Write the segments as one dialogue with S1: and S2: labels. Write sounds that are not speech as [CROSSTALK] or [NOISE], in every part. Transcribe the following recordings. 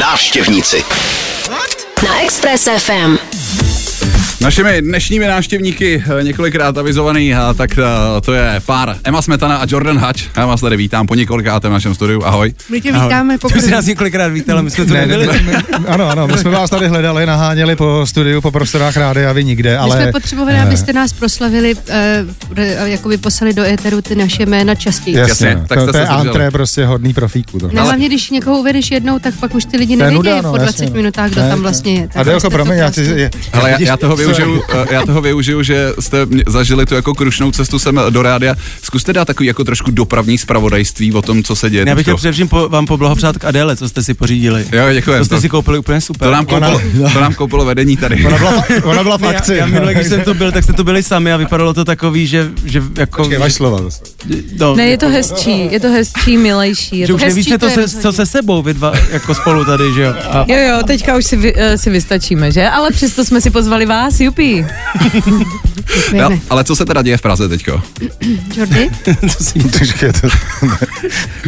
S1: Návštěvníci.
S2: Na Express FM.
S3: Našimi dnešními návštěvníky eh, několikrát avizovaný, a tak eh, to je pár Emma Smetana a Jordan Hutch. Já vás tady vítám po několikáté v našem studiu. Ahoj.
S4: My tě vítáme
S5: Ty
S4: poprvé.
S5: jsi nás několikrát vítal, my jsme tu nebyli.
S6: my, ano, ano, my jsme vás tady hledali, naháněli po studiu, po prostorách rády a vy nikde,
S4: My
S6: ale... Eh.
S4: jsme potřebovali, abyste nás proslavili, eh, re- a jakoby poslali do éteru ty naše jména častěji.
S6: Jasně,
S3: Jasně,
S6: no.
S3: tak jste
S6: to, to je
S3: se zdrželi.
S6: antré prostě hodný profíku. To.
S4: No, hlavně, když někoho uvedeš jednou, tak pak už ty lidi
S6: To je
S4: nevědí
S6: nuda, no,
S4: po 20
S6: jasně, no.
S4: minutách, kdo
S6: Ne,
S4: tam
S6: to-
S4: vlastně je.
S6: A Delko, promiň,
S4: vlastně
S6: já ti... je-
S3: Hele, já,
S6: vidíš,
S3: já, toho
S6: sorry.
S3: využiju, eh, já toho využiju, že jste mě- zažili tu jako krušnou cestu sem do rádia. Zkuste dát takový jako trošku dopravní zpravodajství o tom, co se děje.
S5: Já bych
S3: teďko.
S5: chtěl především po, vám poblahopřát k Adéle, co jste si pořídili.
S3: Prostě Jo, děkujem.
S5: To jste
S3: To-
S5: si koupili úplně super.
S3: to, nám
S6: Ona-
S3: koupilo, to nám koupilo vedení tady.
S6: Ona byla, fa- ona byla v
S5: [LAUGHS] já,
S6: akci.
S5: já minule, když jsem to byl, tak jste to byli sami a vypadalo to takový, že, že jako...
S6: Počkej, máš slova zase.
S5: no,
S7: Ne, je to hezčí, je to hezčí, milejší. Je
S5: že
S7: to
S5: už
S7: hezčí,
S5: nevíte to,
S7: je
S5: se,
S7: rozhodně.
S5: co se sebou, vy dva jako spolu tady, že jo.
S7: [LAUGHS]
S5: A,
S7: Jo, jo, teďka už si, vy, eh, si vystačíme, že? Ale přesto jsme si pozvali vás, jupí.
S3: Já, ale co se teda děje v Praze teďko?
S4: Jordi?
S5: to si,
S6: Počkej, to...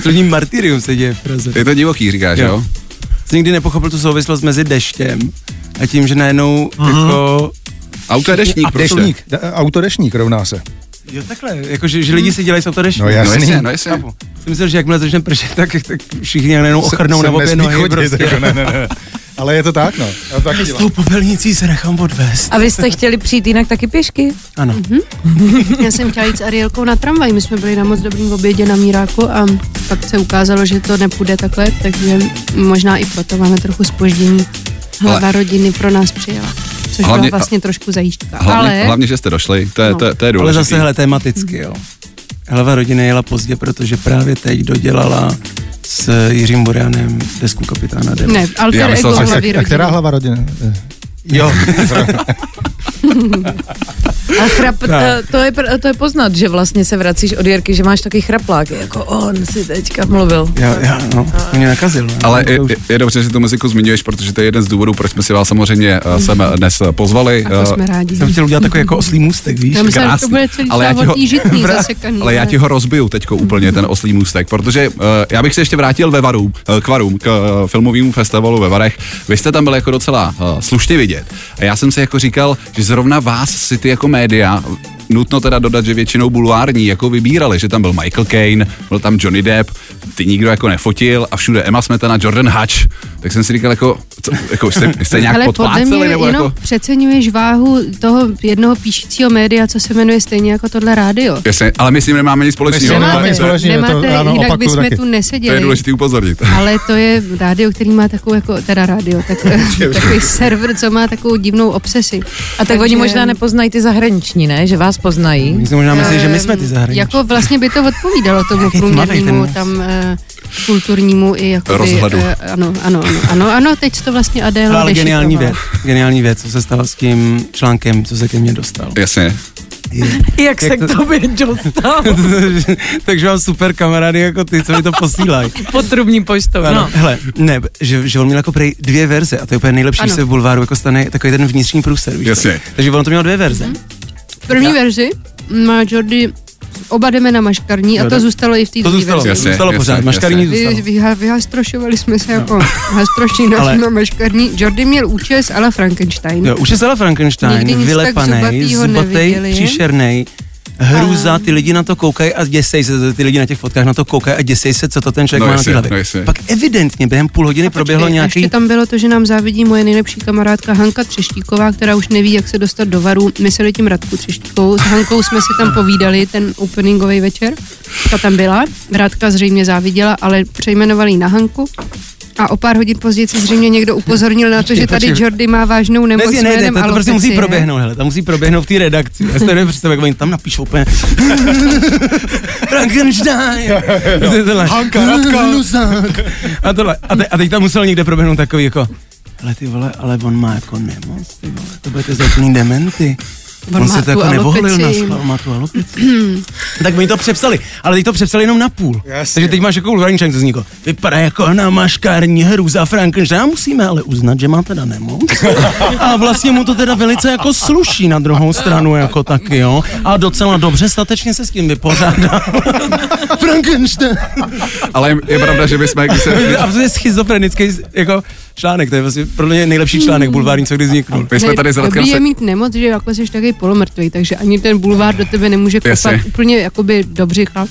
S5: to ní martyrium se děje v Praze.
S3: Je to divoký, říkáš, jo?
S5: Jo.
S3: jo?
S5: Jsem nikdy nepochopil tu souvislost mezi deštěm a tím, že najednou jako...
S3: Auto je deštník, prostě.
S6: Dešník, da- autodešník rovná se.
S5: Jo, takhle, jako, že, že lidi si dělají s autodeštěm.
S6: No
S3: No
S6: jasný.
S3: jasně, no jasně.
S5: Chápu. Jsem myslel, že jakmile začne pršet, tak, tak všichni najednou ochrnou
S6: Sem-
S5: na
S6: sem
S5: obě
S6: nesmí
S5: nohy.
S6: chodit,
S5: Prostě.
S6: jako [LAUGHS] ne, ne, ne. Ale je to tak, no. Já to taky
S5: S
S6: dělám.
S5: tou popelnicí se nechám odvést.
S7: A vy jste chtěli přijít jinak taky pěšky?
S5: Ano.
S4: Mhm.
S5: Mm-hmm.
S4: Já jsem chtěla jít s Arielkou na tramvaj, my jsme byli na moc dobrým obědě na Míráku a pak se ukázalo, že to nepůjde takhle, takže možná i proto máme trochu spoždění. Hlava
S3: Ale-
S4: rodiny pro nás přijela, což
S3: Hlavně-
S4: byla vlastně trošku zajíždka.
S3: Hlavně,
S4: Ale No.
S3: hlavně, že jste došli, to je, to, je- to je
S5: Ale
S3: důležité.
S5: zase hele, tematicky, jo. Hlava rodiny jela pozdě, protože právě teď dodělala s Jiřím Borianem desku kapitána Dema.
S4: ne, alter
S3: myslel
S4: ego
S3: jsem-
S4: hlavy
S6: A, a která
S4: rodiny.
S6: hlava rodiny?
S5: [LAUGHS] Jo,
S7: A chrap, eh, to, je, pr- to je poznat, že vlastně se vracíš od Jirky, že máš taky chraplák, jako on si teďka mluvil.
S5: já, já, no, mě nakazil. ne?
S3: Ale
S5: To
S3: je,
S5: už-
S3: je- je dobře, že tu muziku zmiňuješ, protože to je jeden z důvodů, proč jsme si vás samozřejmě eh, sem dnes eh, pozvali.
S4: A to
S3: Eh,
S4: jsme rádi.
S5: jsem chtěl udělat takový jako oslý můstek, víš?
S4: Já myslím, že to
S3: krásný.
S4: bude celý
S3: Ale já ti ho- [LAUGHS]
S4: závod žitný zasekaný.
S3: Ale já ti ho rozbiju teďko úplně, ten oslý můstek, protože uh, já bych se ještě vrátil ve Varům, uh, k Varům, k uh, filmovému festivalu ve Varech. Vy jste tam byli jako docela uh, slušně vidět. A já jsem si jako říkal, že zrovna vás si ty jako média nutno teda dodat, že většinou bulvární jako vybírali, že tam byl Michael Caine, byl tam Johnny Depp, ty nikdo jako nefotil a všude Emma Smetana, Jordan Hutch. Tak jsem si říkal jako, co, jako jste, jste nějak
S4: Ale podle mě
S3: podpláceli nebo
S4: jenom
S3: jako...
S4: přeceňuješ váhu toho jednoho píšícího média, co se jmenuje stejně jako tohle rádio.
S3: Jasně, ale my s ním nemáme nic společného.
S6: nemáme
S3: To je-
S6: nic
S3: to je-
S6: společného. Vážně, to-
S4: Nemáte,
S6: ano,
S4: jinak
S6: opakuju
S4: bychom
S6: taky.
S4: tu
S3: To je
S4: neseděli.
S3: důležité
S4: [LAUGHS]
S3: upozornit.
S4: Ale to je rádio, který má takovou, jako, teda rádio,
S5: [LAUGHS]
S4: tak, [LAUGHS] takový server, co má takovou divnou obsesi.
S7: A tak oni možná nepoznají ty zahraniční, ne? Že vás poznají.
S5: My si možná myslí, že my jsme ty zahraniční.
S4: Jako vlastně by to odpovídalo tomu
S5: Jak je tmavý ten
S4: průměrnému
S5: nos.
S4: tam eh, kulturnímu i jakoby,
S3: Rozhledu.
S4: eh, ano, ano, ano, ano, ano, teď to vlastně Adéla
S5: Ale geniální
S4: dešifrovala.
S5: věc, geniální věc, co se stalo s tím článkem, co se ke mně dostal.
S3: Jasně.
S7: Jak se
S5: Jak
S7: k
S5: to-
S7: tobě dostal?
S5: [LAUGHS] Takže mám super kamarády jako ty, co mi to posílají.
S7: Potrubní poštou,
S5: Ano.
S7: no.
S5: Hele, ne, že, že on měl jako prej dvě verze a to je úplně nejlepší,
S4: Ano.
S5: že se v bulváru jako stane takový ten vnitřní průser, víš co?
S3: Jasně.
S5: Takže on to měl dvě verze.
S4: Mhm. V první verzi má Jordy oba jdeme na maškarní a
S5: Jo,
S4: to
S5: tak-
S4: zůstalo i v té
S5: To
S4: druhé
S5: zůstalo,
S4: verzi.
S3: Jasně,
S5: zůstalo
S3: jasně,
S5: pořád, maškarní
S3: jasně.
S5: zůstalo. No.
S4: Vy, vy, vyhastrošovali jsme se jako hastrošina
S5: Ale-
S4: na maškarní. Jordy měl účes ale Frankenstein.
S5: Jo, už je celá
S4: Nikdy
S5: Frankenstein,
S4: nic tak
S5: vylepanej,
S4: zubatýho
S5: zbatej,
S4: neviděli.
S5: příšernej, hrůza, ty lidi na to koukají a děsej se, ty lidi na těch fotkách na to koukají a děsej se, co to ten člověk
S3: No
S5: má
S3: jasně,
S5: na té
S3: no
S5: hlavě.
S3: jasně.
S5: Pak evidentně během půl hodiny proběhlo
S4: Počkej,
S5: nějaký...
S4: Ještě tam bylo to, že nám závidí moje nejlepší kamarádka Hanka Třeštíková, která už neví, jak se dostat do varu. My se letím Radku Třeštíkovou. S Hankou jsme si tam povídali ten openingový večer. Ta tam byla. Radka zřejmě záviděla, ale přejmenovali na Hanku. A o pár hodin později se zřejmě někdo upozornil na to, že tady
S5: počkej.
S4: Jordy má vážnou nemoc
S5: Dnes je nejde,
S4: jménem
S5: to, to prostě
S4: alopecie.
S5: musí proběhnout, hele, to musí proběhnout v té redakci. Já si to nepředstavuji, jak oni tam napíšou úplně [LAUGHS] Frankenstein. Prostě tohle.
S6: Hanka, Radka.
S5: Hnusák. A, tohle. A, te, a teď tam musel někde proběhnout takový jako ale ty vole, ale on má jako nemoc, ty vole, to budete zlatný dementy.
S4: On,
S5: On
S4: má
S5: se to
S4: tu
S5: jako nevoholil na
S4: alopecii.
S5: schvál, má tu alopici. tak mi to přepsali, ale teď to přepsali jenom na půl.
S6: Jasně.
S5: Takže teď máš jako Ulvrančan, to zníko. Vypadá jako ona maškární hru za Frankenstein. A musíme ale uznat, že má teda nemoc. A vlastně mu to teda velice jako sluší na druhou stranu, jako taky, jo. A docela dobře statečně se s tím vypořádá. [LAUGHS] Frankenstein.
S3: Ale je pravda, že my jsme, když
S5: To
S3: se,
S5: je absolutně schizofrenický jako článek, to je vlastně pro mě nejlepší článek bulvární, co kdy vzniknul.
S3: my jsme tady s Radkem
S4: Dobrý
S3: se,
S4: je mít nemoc, že jako jsi taky polomrtvý, takže ani ten bulvár do tebe nemůže kopat
S3: Jasně.
S4: úplně jakoby do břicha,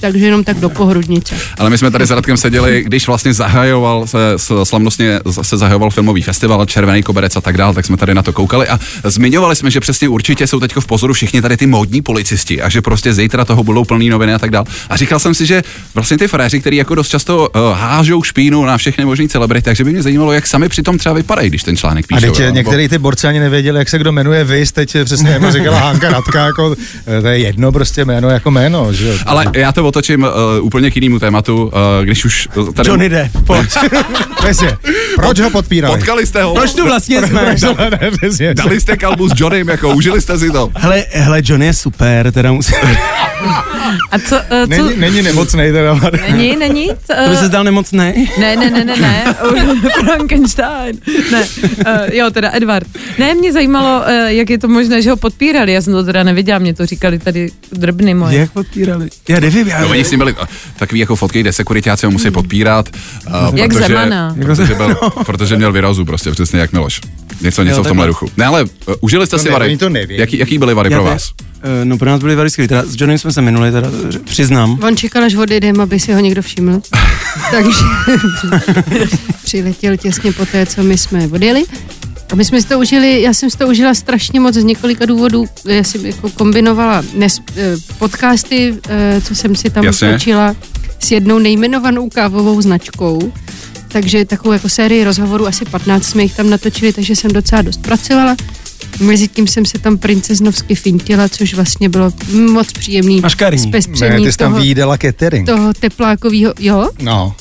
S4: takže jenom tak do pohrudnice.
S3: ale my jsme tady s Radkem seděli, když vlastně zahajoval se, s- slavnostně se zahajoval filmový festival, Červený koberec a tak dále, tak jsme tady na to koukali a zmiňovali jsme, že přesně určitě jsou teď v pozoru všichni tady ty módní policisti a že prostě zítra toho budou plný noviny a tak dále. A říkal jsem si, že vlastně ty fréři, který jako dost často uh, hážou špínu na všechny možné celebrity, takže by mě zajímalo, jak sami přitom třeba vypadají, když ten článek
S6: A
S3: píšou.
S6: teď
S3: jo,
S6: je,
S3: nebo-
S6: některý ty borci ani nevěděli, jak se kdo jmenuje vys, teď je přesně jako říkala Hanka Radka, jako, eh, to je jedno prostě jméno jako jméno, že jo.
S3: Ale já to otočím uh, úplně k jinému tématu, uh, když už eh, tady...
S5: Johnny Depp, pojď.
S6: Přesně. Proč ho podpírali?
S3: Potkali jste ho?
S5: Proč tu vlastně jsme?
S6: Ne, ne, přesně.
S3: Dali jste kalbu s Johnnym, jako užili jste si to.
S5: Hele, hele, Johnny je super, teda musím...
S7: A co, eh, co?
S6: Není, není nemocnej teda.
S7: Není, není? Co,
S5: To by
S7: eh,
S5: se zdal nemocný.
S7: Ne, ne, ne, ne, ne. [LAUGHS] Frankenstein. Ne, uh, jo, teda Edward. Ne, mě zajímalo, uh, jak je to možné, že ho podpírali. Já jsem to teda neviděla, mě to říkali tady drbny moje.
S5: Jak podpírali? Já nevím, já...
S3: No, oni s ním byli eh, takový jako fotky, kde sekuritáci ho musí podpírat. Uh,
S7: Jak Zemana.
S3: Protože,
S5: [LAUGHS]
S3: byl, protože měl výrazu prostě přesně jak Miloš. Něco, něco v tomhle
S5: No. takhle.
S3: duchu. Ne, ale uh, užili jste
S6: To
S3: si
S6: ne,
S3: vary.
S6: oni to nevědí.
S3: Jaký, jaký byly vary
S5: já
S3: pro
S5: te-
S3: vás?
S5: Eh, No pro nás byli vary skvělí, teda s Johnnym jsme se minuli, teda eh, přiznám.
S4: On čekal, až odejdem, aby si ho někdo všiml. Takže [LAUGHS] přiletěl těsně po té, co my jsme odjeli. A my jsme si to užili, já jsem si to užila strašně moc z několika důvodů. Já jsem jako kombinovala nes, eh, podcasty, eh, co jsem si tam
S3: Jasně.
S4: točila, s jednou nejmenovanou kávovou značkou. Takže takovou jako sérii rozhovorů, asi 15 jsme jich tam natočili, takže jsem docela dost pracovala. Mezitím jsem se tam princeznovsky fintila, což vlastně bylo moc příjemný
S5: Maškarní.
S6: Ne,
S4: zpestření
S6: ty jsi tam
S4: toho,
S6: vyjídala catering.
S4: toho teplákovýho, jo?
S6: No,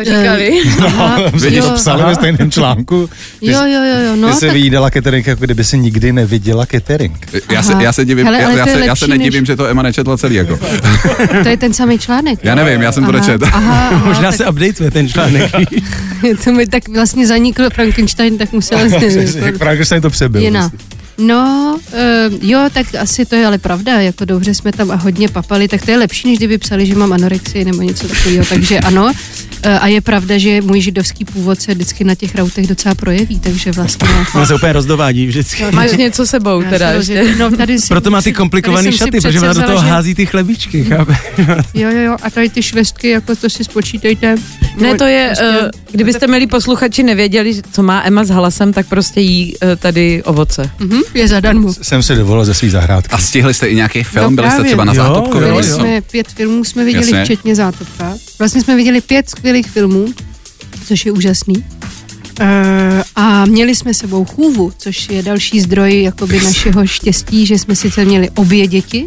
S7: Eh, Říkali.
S6: Eh,
S4: Aha,
S6: [LAUGHS] vidíš,
S4: jo,
S6: psali ve stejném článku. Ty,
S4: jo, jo, jo, jo,
S6: no, ty
S4: no,
S6: jsi
S4: tak
S6: vyjídala catering, jako kdyby si nikdy neviděla catering.
S3: Já se,
S4: Aha.
S3: já se divím,
S4: Hele,
S3: já,
S4: ale
S3: já,
S4: to je
S3: se, já
S4: lepší
S3: se nedivím,
S4: než-
S3: že to Ema nečetla celý.
S4: [LAUGHS]
S3: Jako.
S4: to je ten samý článek.
S3: Já nevím, já jsem to
S4: Aha,
S3: nečet.
S4: Aha,
S7: No,
S4: aha,
S5: [LAUGHS] Možná
S4: tak, [LAUGHS]
S5: se updateuje ten [LAUGHS] článek.
S4: to mi tak vlastně zanikl Frankenstein, tak
S6: [LAUGHS]
S4: musel
S6: Jak Frankenstein to přebyl.
S4: jiná. No, uh, jo, tak asi to je ale pravda, jako dobře jsme tam a hodně papali, tak to je lepší, než kdyby psali, že mám anorexii nebo něco takového, takže ano. Eh, A je pravda, že můj židovský původ se vždycky na těch rautech docela projeví, takže vlastně...
S5: On se úplně rozdovádí vždycky.
S7: [LAUGHS] Máš něco sebou
S4: Já
S7: teda
S4: se
S7: ještě.
S4: rozjedu. No, tady si-
S5: Proto má ty
S4: tady
S5: komplikované
S4: jsem si
S5: šaty, protože ona do
S4: předsevzala,
S5: toho
S4: že-
S5: hází ty chlebičky, chápe?
S4: Jo, jo, jo, a tady ty švestky, jako to si spočítejte.
S7: Ne, to je,
S4: Prostě-
S7: eh, kdybyste milí posluchači nevěděli, že- co má Emma s hlasem, tak prostě jí eh, tady ovoce.
S4: Mhm, je zadarmo.
S6: Jsem se dovolil ze
S4: [LAUGHS]
S6: svý zahrádky.
S3: A stihli jste i nějaký film,
S4: No
S3: byli jste
S4: právě.
S3: třeba na
S5: Jo,
S3: zátopku?
S5: jo,
S3: nebo
S4: Byli
S3: něco?
S4: jsme pět filmů, jsme viděli
S3: Jasně.
S4: Jasně. včetně Zátopka. Vlastně jsme viděli pět skvělých filmů, což je úžasný. Eh, A měli jsme sebou chůvu, což je další zdroj jakoby našeho štěstí, že jsme sice měli obě děti.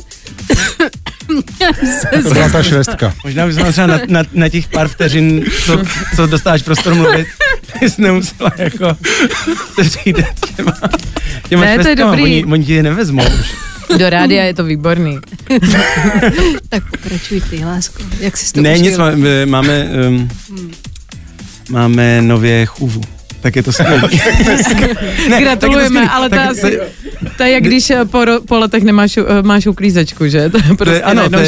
S6: To byla ta švestka.
S5: [LAUGHS] Možná už jsme třeba na, na, na, těch pár vteřin, co, co dostáš prostor mluvit, [LAUGHS] bys nemusela jako [LAUGHS] se přijít těma, těma
S7: Ne, to je
S5: švestkama.
S7: dobrý.
S5: Oni, oni ti je nevezmou už.
S7: Do rádia je to výborný.
S4: Tak pokračuj ty, lásko. Jak jsi to
S5: Ne, nic,
S4: užil?
S5: máme, máme, um, máme nově chůvu. Tak je to
S7: [LAUGHS]
S5: skvělé.
S7: Gratulujeme, ale to je
S5: tak-
S7: asi, to je jak když eh, po, ro- po letech nemáš eh, máš uklízečku, že? [LAUGHS] To je prostě
S5: to je, ano, to je, to je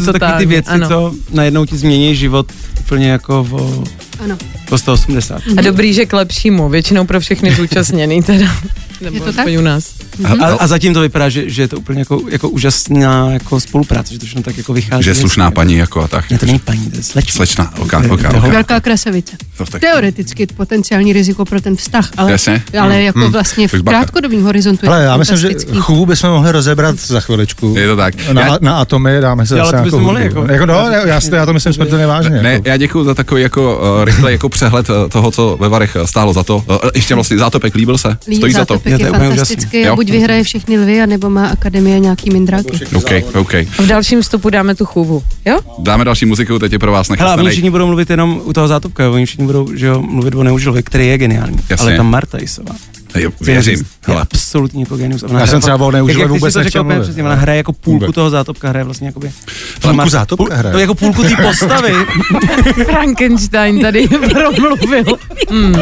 S5: prostě to taky ty
S7: totální,
S5: věci,
S7: ano.
S5: ano. co najednou ti změní život úplně jako o,
S4: Ano,
S5: o 180.
S7: A dobrý, že k lepšímu, většinou pro všechny zúčastněný [LAUGHS] teda. Nebo
S4: Je to
S7: aspoň
S4: tak?
S7: u nás.
S5: A, a zatím to vypadá, že, že je to úplně jako, jako úžasná jako spolupráce, že to všechno tak jako vychází.
S3: Že je slušná
S5: hezky.
S3: paní jako a tak.
S5: Ne, to není paní, to je slečna.
S3: Slečna, oka, oka,
S5: To je-
S3: oka.
S4: velká krasavice.
S3: To tak-
S4: Teoreticky potenciální riziko pro ten vztah, ale,
S3: Jasně.
S4: ale
S5: Hmm.
S4: jako vlastně
S3: Tak
S4: v
S3: bacha.
S4: krátkodobém horizontu je
S6: Ale
S4: to
S6: já myslím, že
S4: fantastický.
S6: chůvu bychom mohli rozebrat za chviličku.
S3: Je to tak.
S6: Na,
S3: Já-
S6: na atomy dáme se
S5: Jo, ale
S6: zase
S5: to
S6: nějakou
S5: bychom mohli
S6: hudbu.
S5: jako-
S6: jako no, já, já, já to myslím smrtelně vážně.
S3: Ne,
S6: jako.
S3: já děkuji za takový jako uh, rychle jako přehled uh, toho, co ve Varech eh, stálo za to. Uh, ještě vlastně zátopek líbil se,
S4: Líp
S3: stojí za to.
S4: zátopek
S5: Jo, to je
S4: je
S5: úplně
S4: fantastický
S3: úžasný. Jo.
S4: a buď vyhraje všechny lvy, anebo má akademie nějaký mindráky.
S3: OK, OK.
S7: V dalším vstupu dáme tu chůvu, jo?
S3: Dáme další muziku, teď je pro vás
S5: Hele, a oni
S3: nechystanej.
S5: všichni budou mluvit jenom u toho zátopka, jo, oni všichni budou že jo, mluvit o neužilově, který je geniální,
S3: Jasně.
S5: ale tam Marta Jisová.
S3: Jo, Věřím.
S5: Je
S3: Hele,
S5: absolutní jako genius.
S6: Já jsem třeba o neužil
S5: jak, jak ty
S6: vůbec
S5: jsi to
S6: nechtěl
S5: řekl, úplně
S6: mluvit.
S5: přesně, ona hraje jako půlku
S6: Vůbec.
S5: toho zátopka, hraje vlastně jakoby...
S6: Půlku
S5: Má-
S6: zátopka
S5: půl-
S6: hraje?
S5: No jako půlku té [LAUGHS] postavy,
S7: [LAUGHS] Frankenstein [LAUGHS] tady promluvil. Hmm.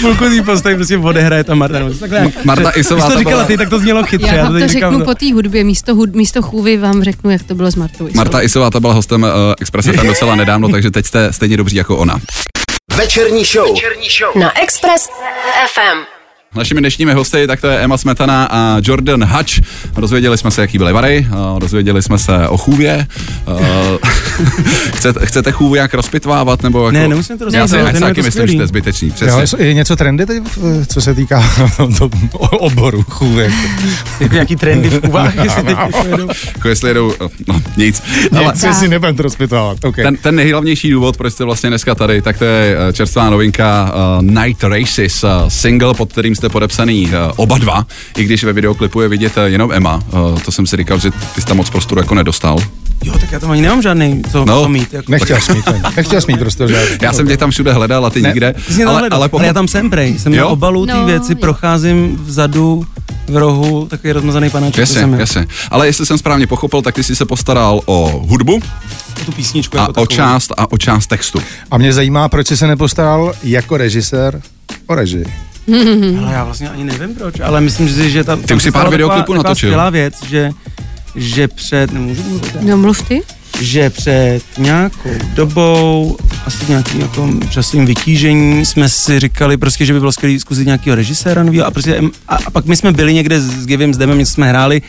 S5: půlku té postavy prostě odehraje tam Marta. nebo Takhle, jak-
S3: Marta
S5: Když
S3: Isová
S5: to
S3: to
S5: říkala
S3: byla,
S5: ty, tak to znělo chytře.
S4: Já vám
S5: teď
S4: to
S5: říkám,
S4: řeknu
S5: no.
S4: po té hudbě, místo, hud, místo chůvy vám řeknu, jak to bylo s Martou. Isovou.
S3: Marta Isová ta byla hostem uh, Express FM docela nedávno, takže teď jste stejně dobří jako ona.
S1: Večerní show.
S2: Na Express FM.
S3: Našimi dnešními hosty tak to je Emma Smetana a Jordan Hutch. Rozvěděli jsme se, jaký byly vary, a dozvěděli jsme se o chůvě. [LAUGHS] Eh, chcete, chcete chůvu jak rozpitvávat? Nebo jako...
S5: Ne, nemusíme to
S3: Já si,
S5: rozpitvávat,
S3: já si
S5: jenom je
S3: taky
S5: to
S3: myslím, že to je
S5: skvělý.
S3: zbytečný.
S6: Jo,
S3: Přesně.
S6: je něco trendy teď, eh, co se týká [LAUGHS] to oboru chůvek.
S5: [LAUGHS] Jako nějaký trendy v [LAUGHS] Kubách, jestli teď uvedou.
S3: Jako jestli jedou, no nic. Ale
S6: Nic si nebudem to rozpitvávat. Okay.
S3: ten, ten nejhlavnější důvod, proč jste vlastně dneska tady, tak to je eh, čerstvá novinka eh, Night Races, eh, single, pod kterým jste podepsaný eh, oba dva, i když ve videoklipu je vidět eh, jenom Emma. Eh, to jsem si říkal, že ty jsi tam moc prostoru jako nedostal.
S5: Jo, tak já tam ani nemám žádný, co,
S3: No.
S5: co mít. Jako.
S6: Nechtěl jsi mít, ten. nechtěl jsi mít prostě žádný.
S3: Já jsem tě tam všude hledal a ty
S6: Ne,
S3: nikde.
S5: Ty jsi
S3: Ale, ale,
S5: ale já tam jsem prej, jsem
S3: Jo?
S5: na obalu té
S4: No,
S5: věci,
S4: jo.
S5: procházím vzadu, v rohu, takový rozmazaný panáček. to
S3: Jasně,
S5: jsem já.
S3: jasně. Ale jestli jsem správně pochopil, tak ty jsi se postaral o hudbu
S5: Tu písničku
S3: a
S5: jako
S3: o
S5: takovou.
S3: část a o část textu.
S6: A mě zajímá, proč jsi se nepostaral jako režisér o režii.
S5: Ale já vlastně ani nevím proč, ale myslím, že, že tam...
S3: Ty
S5: tam
S3: už si
S5: se
S3: pár
S5: stala
S3: videoklipů
S5: taková,
S3: natočil.
S5: Taková skvělá věc, že že před, nemůžu mluvit, já.
S4: No mluv ty.
S5: že před nějakou dobou, asi nějakým jako časovým vytížení, jsme si říkali prostě, že by bylo skvělé zkusit nějakého režiséra nového a prostě, em- a, a pak my jsme byli někde s Givim, s Demem, něco jsme hráli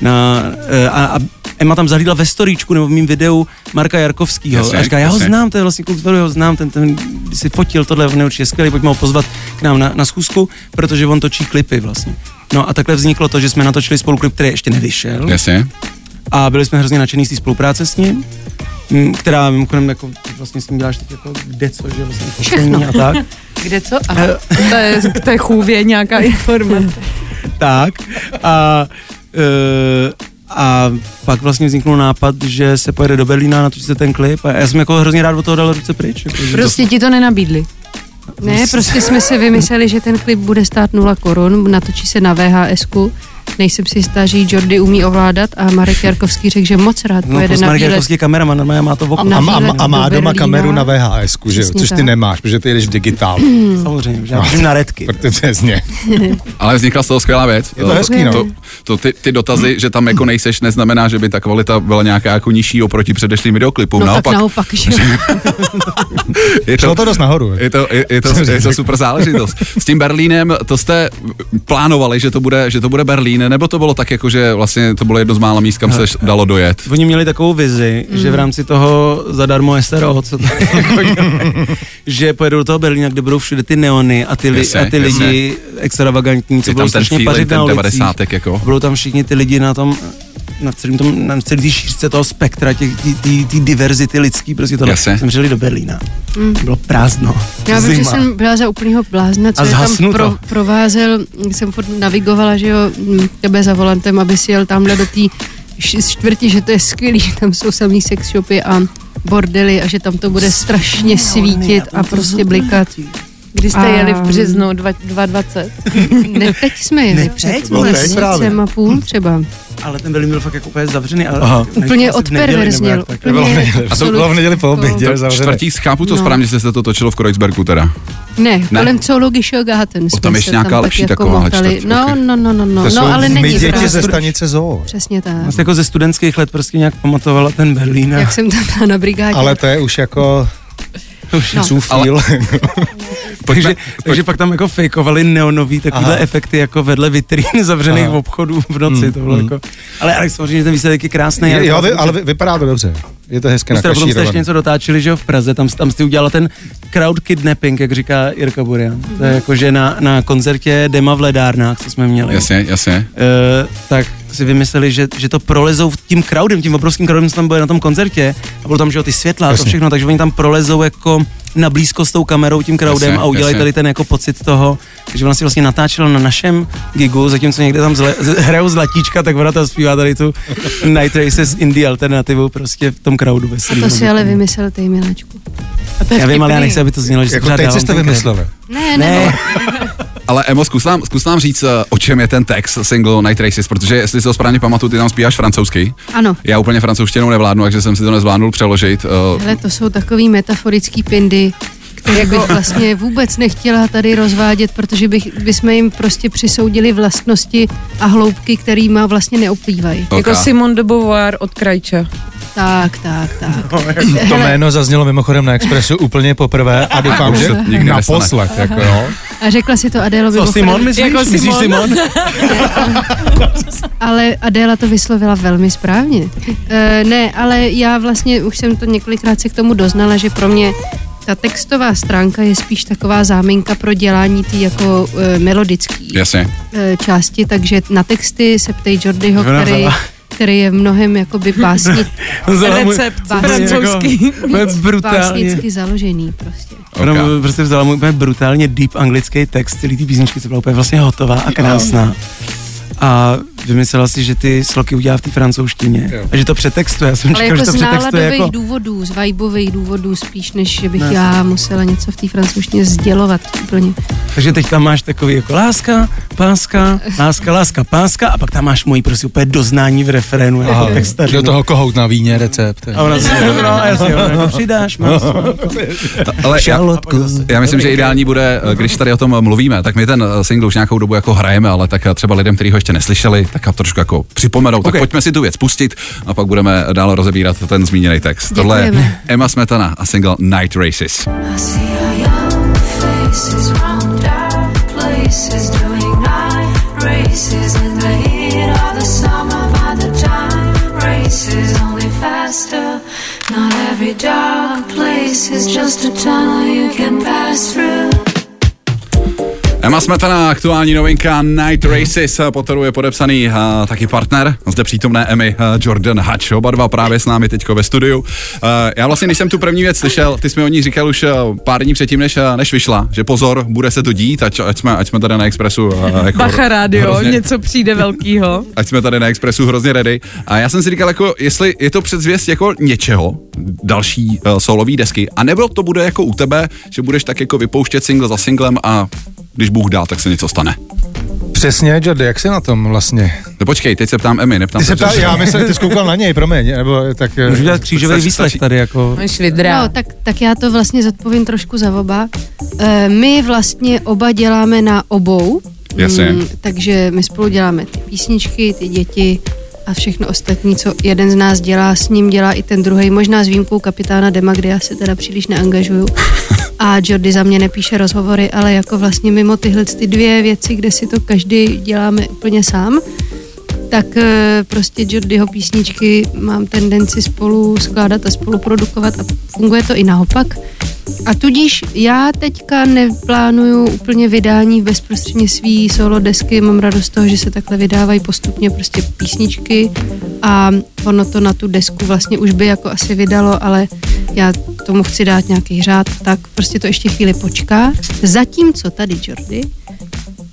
S5: na, eh, a, a Emma tam zahlídla ve storíčku nebo v mým videu Marka Jarkovského.
S3: Jasně,
S5: a říká, já ho
S3: jasně.
S5: znám, to je vlastně kluk, kterého znám, ten, ten když si fotil tohle, on je určitě skvělý, pojďme ho pozvat k nám na, na schůzku, protože on točí klipy vlastně. No a takhle vzniklo to, že jsme natočili spolu klip, který ještě nevyšel
S3: Jasně.
S5: a byli jsme hrozně nadšený z té spolupráce s ním, m, která mimochodem jako vlastně s ním děláš teď jako kde co, že vlastně fošení a tak.
S4: Kde co? A
S5: Eh.
S7: To je k té chůvě
S5: [LAUGHS]
S7: nějaká informace.
S5: tak a, e, a pak vlastně vzniknul nápad, že se pojede do Berlína a natočí se ten klip a já jsem jako hrozně rád od toho dal ruce pryč. Jako, že
S7: Prostě ti to nenabídli.
S4: ne, prostě jsme si vymysleli, že ten klip bude stát 0 korun, natočí se na VHS. Nejsem si jistá, že ji Jordy umí ovládat a Marek Jarkovský řekl, že moc rád
S5: No,
S4: pojede
S5: prostě
S4: na
S5: Marek
S4: výlet.
S5: Jarkovský je kameraman, normálně má to v oku.
S4: Na
S6: A, má- a, má-
S4: výlet
S6: a má
S4: do
S6: doma
S4: Berlína.
S6: kameru na VHS, že? jo,
S4: Přesně
S6: což ty
S4: tak. Hmm.
S6: nemáš, protože ty jdeš v digitálu.
S5: Samozřejmě, že já chodím na redky.
S6: Protože přesně.
S3: Ale vznikla z toho skvělá věc.
S6: Je to hezký, no.
S3: to, to ty, ty, dotazy, že tam jako nejseš, neznamená, že by ta kvalita byla nějaká jako nižší oproti předešlým videoklipům.
S4: No
S3: naopak,
S4: tak naopak,
S3: [LAUGHS]
S4: že jo.
S3: je
S6: Šlo to dost nahoru.
S3: Je to, je, je, to, je to super záležitost. S tím Berlínem, to jste plánovali, že to bude, že to bude Berlín, nebo to bylo tak, jako, že vlastně to bylo jedno z mála míst, kam se dalo dojet?
S5: Oni měli takovou vizi, mm. že v rámci toho zadarmo SRO, co to
S3: [LAUGHS]
S5: jako, že pojedou do toho Berlína, kde budou všude ty neony a ty, li,
S3: Jasně,
S5: a ty
S3: jasně.
S5: lidi extravagantní, co
S3: Je
S5: budou
S3: tam ten
S5: strašně
S3: feeling,
S5: pařit
S3: ten
S5: na ulicích.
S3: 90. jako.
S5: Budou tam všichni ty lidi na tom na celém tom, na celé té šířce toho spektra, těch, tý, tý, tý diverzity lidský, prostě tohle.
S3: Jasně. Mm.
S5: Jsem přijeli do Berlína. Bylo prázdno.
S4: Já vím, že
S5: Zima.
S4: jsem byla za úplného blázna, co
S5: A
S4: je tam
S5: zhasnu to.
S4: pro, provázel, jsem furt navigovala, že jo, m, tebe za volantem, aby si jel tamhle do té š- čtvrti, že to je skvělý, [LAUGHS] že tam jsou samý sex shopy a bordely a že tam to bude strašně svítit a prostě blikat.
S7: Když jste
S4: A-
S7: jeli v březnu dva- 2020.
S4: Ne, teď jsme jeli.
S5: Ne, před,
S6: no, teď právě.
S4: Měsícem a půl třeba.
S5: Ale ten Berlín byl fakt jako úplně zavřený. Ale
S6: Aha.
S5: než-
S4: Úplně
S5: asi v neděli, nebo jak
S4: odperverzněl.
S5: tak.
S6: Bylo v
S4: úplně
S6: neděli. A to bylo v neděli po obědě.
S4: To-
S6: zavřené.
S3: Čtvrtý, chápu to
S4: No.
S3: správně, že se to točilo v Kreuzbergu teda.
S4: Ne, kolem Zoologische Garten jsme
S3: tam ještě
S4: se
S3: nějaká
S4: tak
S3: lepší
S4: jako
S3: takováhle
S4: motali.
S3: čtvrť,
S4: No,
S3: ok.
S4: no, no, no,
S6: To
S4: no,
S6: jsou
S4: no ale není
S6: my děti
S4: právě.
S6: ze stanice zoo.
S4: Přesně tak.
S5: Vlastně jako ze studentských let prostě nějak pamatovala ten Berlín. a-
S4: Jak jsem tam byla na brigádě.
S6: Ale to je už jako... [LAUGHS] Už
S4: No.
S6: cufíl.
S5: Takže, takže pak tam jako fejkovali neonový takovýhle
S6: Aha.
S5: efekty jako vedle vitrín [LAUGHS] zavřených
S6: Aha. obchodů
S5: obchodů v noci. To bylo jako, ale, ale samozřejmě ten výsledek je krásný.
S6: Je-
S5: ale-
S6: Jo, vy- ale vy- vypadá to dobře. Je to hezky
S5: Vy jste potom jste ještě
S6: nakašírované.
S5: něco dotáčeli, že jo, v Praze, tam, tam jste udělala ten crowd kidnapping, jak říká Jirka Burian. To je jako, že na, na koncertě Dema v Ledárnách, co jsme měli.
S3: Jasně, jasně.
S5: Eh, tak si vymysleli, že, že to prolezou tím crowdem, tím obrovským crowdem, co tam bude na tom koncertě. A budou tam, že jo, ty světla, a to
S6: Jasně.
S5: všechno, takže oni tam prolezou jako na blízko s tou kamerou, tím crowdem
S3: Jasně,
S5: a udělají
S3: jasně.
S5: tady ten jako pocit toho, že ona si vlastně natáčela na našem gigu, zatímco někde tam zle, z, hrajou zlatíčka, tak ona tam zpívá tady tu Night Races Indie alternativu prostě v tom crowdu ve
S4: A to si ale vymyslel ty, miláčku.
S5: Já vím, ale já nechci, aby to znělo, že jsem
S6: Jako
S5: pořád
S6: teď
S5: dávám
S6: jste
S5: ten kredit.
S4: no.
S6: vymysleli.
S4: Ne, ne, ne.
S5: Ne,
S3: ale Emo, zkus nám, zkus nám říct, eh, o čem je ten text single Night Races, protože jestli si to správně pamatuju, ty tam zpíváš francouzsky.
S4: Ano.
S3: Já úplně francouzštinou nevládnu, takže jsem si to nezvládnul přeložit. eh,
S4: Ale to jsou takový metaforický pindy, které jako... bych vlastně vůbec nechtěla tady rozvádět, protože bych, bychom jim prostě přisoudili vlastnosti a hloubky, kterýma vlastně neoplývají.
S5: No.
S3: Ok.
S7: Jako Simon de Beauvoir od Krajča.
S4: Tak, tak, tak.
S5: No.
S6: To jméno zaznělo mimochodem na Expressu úplně poprvé a doufám,
S3: Už
S6: že
S3: se nikdy nestane.
S6: naposled. Jako, jo.
S4: A řekla si to Adélovi.
S5: Co,
S4: mimochodem,
S5: Simon myslíš?
S7: Jako
S5: myslíš Simon?
S7: Simon?
S4: Ale Adéla to vyslovila velmi správně. E, ne, ale já vlastně už jsem to několikrát se k tomu doznala, že pro mě ta textová stránka je spíš taková záminka pro dělání ty jako e, melodický
S3: Jasně.
S4: e, části, takže na texty se ptej Jordyho,
S5: Ona
S4: který,
S5: vzala.
S4: který je mnohem jakoby
S5: [LAUGHS]
S4: básni,
S5: Vzala mu-
S7: Recept
S4: Básně
S5: [LAUGHS]
S7: francouzský.
S5: Úplně brutálně.
S4: básnicky založený prostě.
S3: Ok.
S5: Ona mu prostě vzala mu úplně brutálně deep anglický text, celý ty písničky, co byla úplně vlastně hotová a krásná. A vymyslela si, že ty sloky udělá v té francouzštině. A že to přetextuje. Já jsem
S4: Ale
S5: říkal,
S4: jako
S5: že to
S4: z
S5: přetextuje
S4: náladových
S5: jako...
S4: jako... důvodů, z vibových důvodů spíš, než že bych ne. já musela něco v té francouzštině sdělovat úplně.
S5: Takže teď tam máš takový jako láska, páska, láska, láska, páska a pak tam máš moji prostě úplně doznání v refrénu. Jako textařinu.
S6: Do toho kohout na víně recept.
S5: A ona si no, jasně, ona jako přidáš, máš
S3: Ale já,
S5: šalotku.
S3: já myslím, že ideální bude, eh, když tady o tom mluvíme, tak my ten eh, single už nějakou dobu jako hrajeme, ale tak eh, třeba lidem, kteří ho ještě neslyšeli, tak a trošku jako připomenou. Tak
S5: Ok.
S3: pojďme si tu věc pustit a pak budeme dál rozebírat ten zmíněný text. Tohle je
S4: Děkujeme.
S3: Emma Smetana a single Night Races.
S1: I see our young faces round our places doing night races in the heat of the summer by the time races only faster. Not every dark place is just a tunnel you can pass through.
S3: Emma Smetana, aktuální novinka Night
S7: Mhm.
S3: Races, eh, po kterou je podepsaný eh, taky partner, zde přítomné Emmy eh, Jordan Hutch, oba dva právě s námi teďko ve studiu. Eh, Já vlastně, když jsem tu první věc slyšel, ty jsi mi o ní říkal už eh, pár dní předtím, než, eh, než vyšla, že pozor, bude se to dít, ať, ať, jsme, ať jsme tady na Expressu. eh, Jako
S7: Bacha rádio,
S3: hrozně-
S7: něco přijde velkýho.
S3: ať jsme tady na Expressu hrozně ready. A já jsem si říkal, jako, jestli je to předzvěst jako něčeho, další uh, solový desky, a nebo to bude jako u tebe, že budeš tak jako vypouštět single za singlem a když Bůh dá, tak se něco stane.
S6: Přesně, Jordy, jak jsi na tom vlastně?
S3: No počkej, teď se ptám Emy, neptám
S6: Ty se
S3: Petře.
S6: ptá, já myslím, ty jsi koukal na něj, promiň, nebo tak... eh,
S5: Můžu dělat křížový
S3: Stačí,
S5: výslech
S3: stačí.
S5: tady jako...
S7: Máš vidra.
S4: No, tak, tak já to vlastně zodpovím trošku za oba. E, my vlastně oba děláme na obou. Mm,
S3: Jasně.
S4: takže my spolu děláme ty písničky, ty děti a všechno ostatní, co jeden z nás dělá, s ním dělá i ten druhý, možná s výjimkou kapitána Dema, kde já se teda příliš neangažuju. A Jordy za mě nepíše rozhovory, ale jako vlastně mimo tyhle ty dvě věci, kde si to každý děláme úplně sám, tak eh, prostě Jordyho písničky mám tendenci spolu skládat a spolu produkovat a funguje to i naopak. A tudíž já teďka neplánuju úplně vydání bezprostředně svý solo desky, mám radost z toho, že se takhle vydávají postupně prostě písničky a ono to na tu desku vlastně už by jako asi vydalo, ale já tomu chci dát nějaký řád, tak prostě to ještě chvíli počká. Zatímco tady Jordy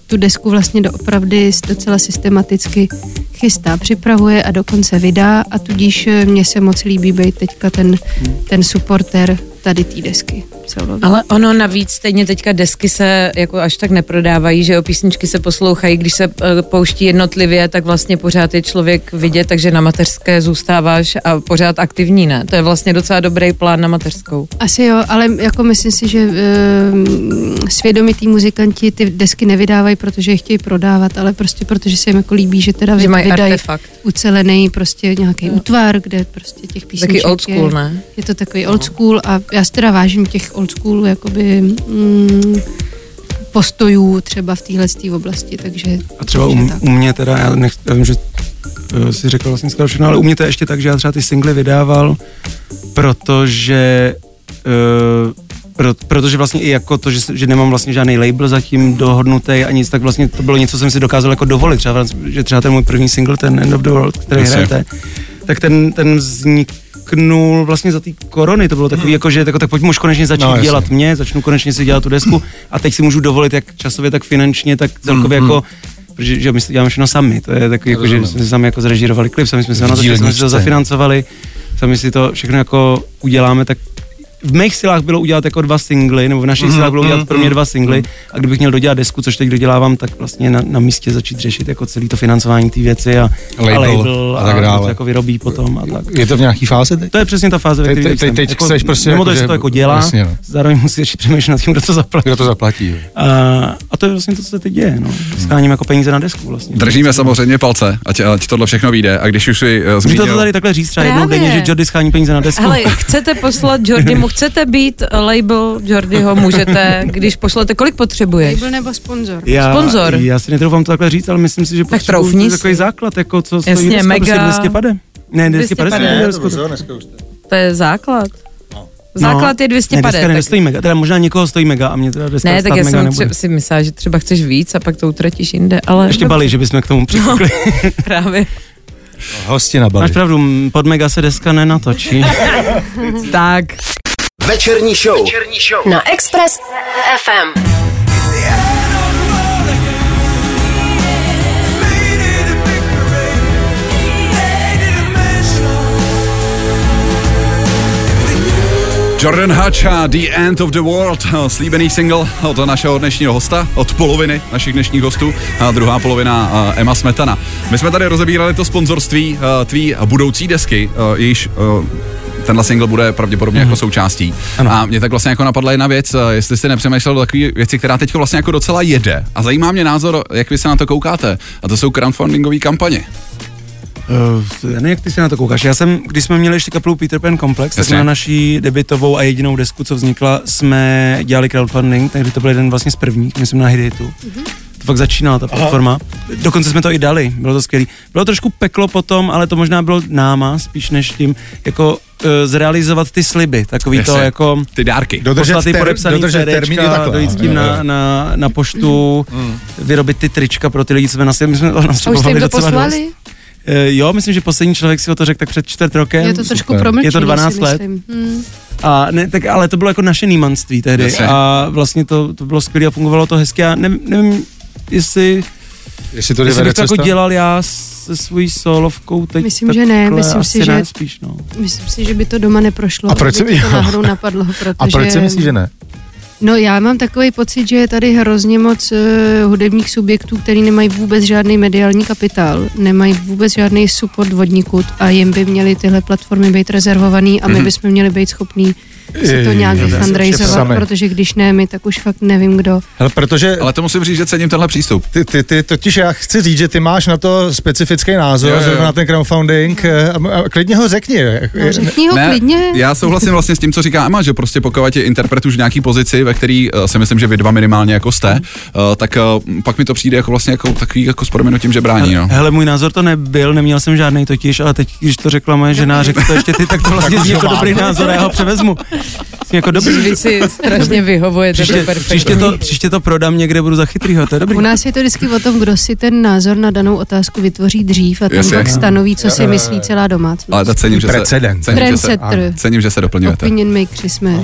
S4: tu desku vlastně doopravdy docela systematicky chystá, připravuje a dokonce vydá a tudíž eh, mně se moc líbí být teďka ten, ten supporter tady té desky. solový.
S7: Ale ono navíc stejně teďka desky se jako až tak neprodávají, že jo, písničky se poslouchají, když se eh, pouští jednotlivě, tak vlastně pořád je člověk vidět, takže na mateřské zůstáváš a pořád aktivní, ne? To je vlastně docela dobrý plán na mateřskou.
S4: Asi jo, ale jako myslím si, že um, svědomití muzikanti ty desky nevydávají, protože je chtějí prodávat, ale prostě protože se jim jako líbí, že teda
S7: Že mají
S4: vydají
S7: artefakt.
S4: ucelený prostě nějaký útvar, kde prostě těch písniček
S7: Taky old school,
S4: je,
S7: ne? No.
S4: je to takový old school a já si teda vážím těch old school jakoby mm, postojů třeba v téhle oblasti, takže
S5: A třeba um- u,
S4: takže
S5: m-
S4: tak.
S5: u mě teda, já, nech, já vím, že eh, si řekl vlastně skoro všechno, ale u mě to je ještě tak, že já třeba ty singly vydával, protože uh, pro, protože vlastně i jako to, že, s- že nemám vlastně žádný label zatím dohodnutý a nic, tak vlastně to bylo něco, co jsem si dokázal jako dovolit. Třeba, v rámci- že třeba ten můj první single, ten End of the World, který
S3: Jasně.
S5: hrajete, tak ten, ten vzniknul vlastně za ty korony, to bylo takový jako, že tak, tak pojďme už konečně začít
S6: No,
S5: no,
S6: jasně.
S5: dělat mě, začnu konečně si dělat tu desku a teď si můžu dovolit jak časově, tak finančně, tak celkově
S6: Mhm.
S5: jako protože že my si děláme všechno sami, to je takový, jako, že my jsme si sami jako zrežírovali klip, sami jsme se
S6: V
S5: na to, sami jsme si to
S6: dílničce.
S5: zafinancovali, sami si to všechno jako uděláme, tak v mých silách bylo udělat jako dva singly, nebo v našich
S6: Mhm,
S5: mm, silách bylo udělat pro mě dva singly. A kdybych měl dodělat desku, což teď dodělávám, tak vlastně na, na místě začít řešit jako celý to financování té věci a
S6: Label
S5: a, label
S6: a tak dále.
S5: kdo to jako vyrobí potom a tak.
S6: Je to v nějaký fázi teď?
S5: To je přesně ta fáze, ve
S6: Teď-
S5: které
S6: teď-
S5: jsem.
S6: teď
S5: jako,
S6: chceš prostě
S5: Mimo to,
S6: jako,
S5: že
S6: že-
S5: to jako dělá,
S6: jasně, no.
S5: zároveň musíš ještě přemýšlet nad tím, kdo to zaplatí.
S6: Kdo to zaplatí?
S5: A, a to je vlastně to, co se teď děje. No. Skáním jako peníze na desku vlastně.
S3: Držíme samozřejmě palce, ať, ať tohle všechno vyjde. A když už si eh,
S5: Můžete
S3: zmínil...
S5: to tady takhle říct třeba jednou
S7: Právě.
S5: denně, že Jordy schání peníze na desku.
S7: Hele, chcete poslat Jordymu, chcete být label Jordyho, můžete, když pošlete, kolik potřebuješ?
S4: Byl nebo sponzor.
S5: já,
S7: sponzor.
S5: Já si netroufám to takhle říct, ale myslím si, že potřebuju
S7: troufni si.
S5: takový základ, jako co stojí
S7: Jasně,
S5: dneska,
S7: mega-
S5: prostě 250. Ne, 250.
S7: 250.
S5: ne, dneska-
S6: dneska už
S7: To je základ.
S5: No.
S7: Základ
S5: Ne,
S7: je 250.
S5: dneska
S7: tak-
S5: nestojí mega, teda možná někoho stojí mega a mě teda dneska
S7: ne, tak
S5: stát
S7: já
S5: mega
S7: jsem
S5: nebude.
S7: tře- si myslela, že třeba chceš víc a pak to utratíš jinde, ale
S5: Ještě Bali, že bychom k
S7: No.
S5: tomu připukli.
S7: [LAUGHS] právě.
S6: Hosti na
S5: Máš
S6: Bali.
S5: pravdu, m, pod mega se deska
S7: [LAUGHS]
S5: nenatočí.
S7: Tak.
S8: Večerní show. Večerní show.
S2: Na Express FM.
S3: Jordan Hutch a The End of the World, eh, slíbený single od našeho dnešního hosta, od poloviny našich dnešních hostů, a druhá polovina eh, Emma Smetana. My jsme tady rozebírali to sponzorství eh, tvý budoucí desky, eh, jejíž eh, tenhle single bude pravděpodobně
S5: Mhm.
S3: jako součástí. A mě tak vlastně jako napadla jedna věc, eh, jestli jste nepřemýšlel o takové věci, která teď vlastně jako docela jede. A zajímá mě názor, jak vy se na to koukáte. A to jsou crowdfundingové kampaně.
S5: Uh, já nevím, jak ty se na to koukáš. Já jsem, když jsme měli ještě kapelu Peter Pan Complex, tak
S3: Jasně.
S5: na naší debitovou a jedinou desku, co vznikla, jsme dělali crowdfunding, tehdy to byl jeden vlastně z prvních, myslím na Hiditu.
S4: Mhm.
S5: Mm-hmm. To fakt začínala ta platforma. Dokonce jsme to i dali, bylo to skvělé. Bylo trošku peklo potom, ale to možná bylo náma, spíš než tím, jako uh, zrealizovat ty sliby, takový to
S3: Jasně.
S5: jako
S3: Ty dárky.
S6: Dodržet
S5: poslat ty
S6: ter-
S5: podepsaný
S6: dodržet
S5: CDčka,
S6: termín, jo, takhle,
S5: dojít s tím
S6: jo,
S5: na,
S6: jo.
S5: na, na poštu, vyrobit ty trička pro ty lidi, co jsme na my jsme to
S4: Mm. A už jste
S5: naslipovali
S4: jim to
S5: docela dost.
S4: poslali?
S5: E, jo, myslím, že poslední člověk si o to řekl tak před čtvrt rokem.
S4: Je to trošku
S6: Je to
S4: promlčený,
S5: 12
S4: si
S5: let.
S4: myslím. Hmm.
S5: a ne, tak, ale to bylo jako naše nýmanství tehdy.
S3: Jasně.
S5: A vlastně to, to bylo skvělé a fungovalo to hezky. A ne, nevím, jestli,
S6: Jestli to jde
S5: jestli
S6: vede
S5: bych to jako
S6: cesta?
S5: dělal já se svojí solovkou teď.
S4: Myslím, že ne,
S5: takhle,
S4: myslím si,
S5: asi
S4: že-
S5: ne, spíš, no.
S4: Myslím si, že by to doma neprošlo.
S6: A proč
S4: že by
S6: si-
S4: ti to
S6: jo. [LAUGHS]
S4: náhodou napadlo, protože...
S6: A proč si myslíš, že ne?
S4: No já mám takový pocit, že je tady hrozně moc eh, hudebních subjektů, který nemají vůbec žádný mediální kapitál, nemají vůbec žádný support vodníkud a jim by měly tyhle platformy být rezervovaný a
S6: Mhm.
S4: my bychom měli být schopní si to
S6: Jej,
S4: nějak
S6: já jsem
S4: fundraizovat,
S6: sami.
S4: protože když ne my, tak už fakt nevím kdo.
S6: Hele, protože
S3: Ale to musím říct, že cením tenhle přístup.
S6: Ty, ty, ty, totiž já chci říct, že ty máš na to specifický názor,
S3: Jo, jo, jo.
S6: zrovna na ten crowdfunding, eh, a, a klidně ho řekni.
S4: No, řekni ho klidně.
S3: Já souhlasím vlastně s tím, co říká Emma, že prostě pokud je interpret už v nějaký pozici, ve který eh, si myslím, že vy dva minimálně jako jste, eh, tak eh, pak mi to přijde jako vlastně jako takový jako s prominutím, že brání, no.
S5: Hele, můj názor to nebyl, neměl jsem žádný totiž, ale teď, když to řekla moje žena, řekla to ještě ty,
S6: [LAUGHS]
S5: tak to vlastně
S6: už
S5: je
S6: ho
S5: jako
S6: mám.
S5: dobrý názor, já ho převezmu. Jsi jako dobrý.
S7: Vy si strašně vyhovujete, to je
S5: Příště, příště,
S7: perfektní.
S5: to, příště to prodám někde, budu za chytrýho, to je dobrý.
S4: U nás je to vždycky o tom, kdo si ten názor na danou otázku vytvoří dřív a ten
S3: Jasně.
S4: pak stanoví, co si myslí celá domácnost.
S3: Ale ta cením, že se,
S6: Precedent.
S3: cením, že se,
S4: Trendsetter.
S3: cením, že se doplňujete.
S4: Opinion maker jsme.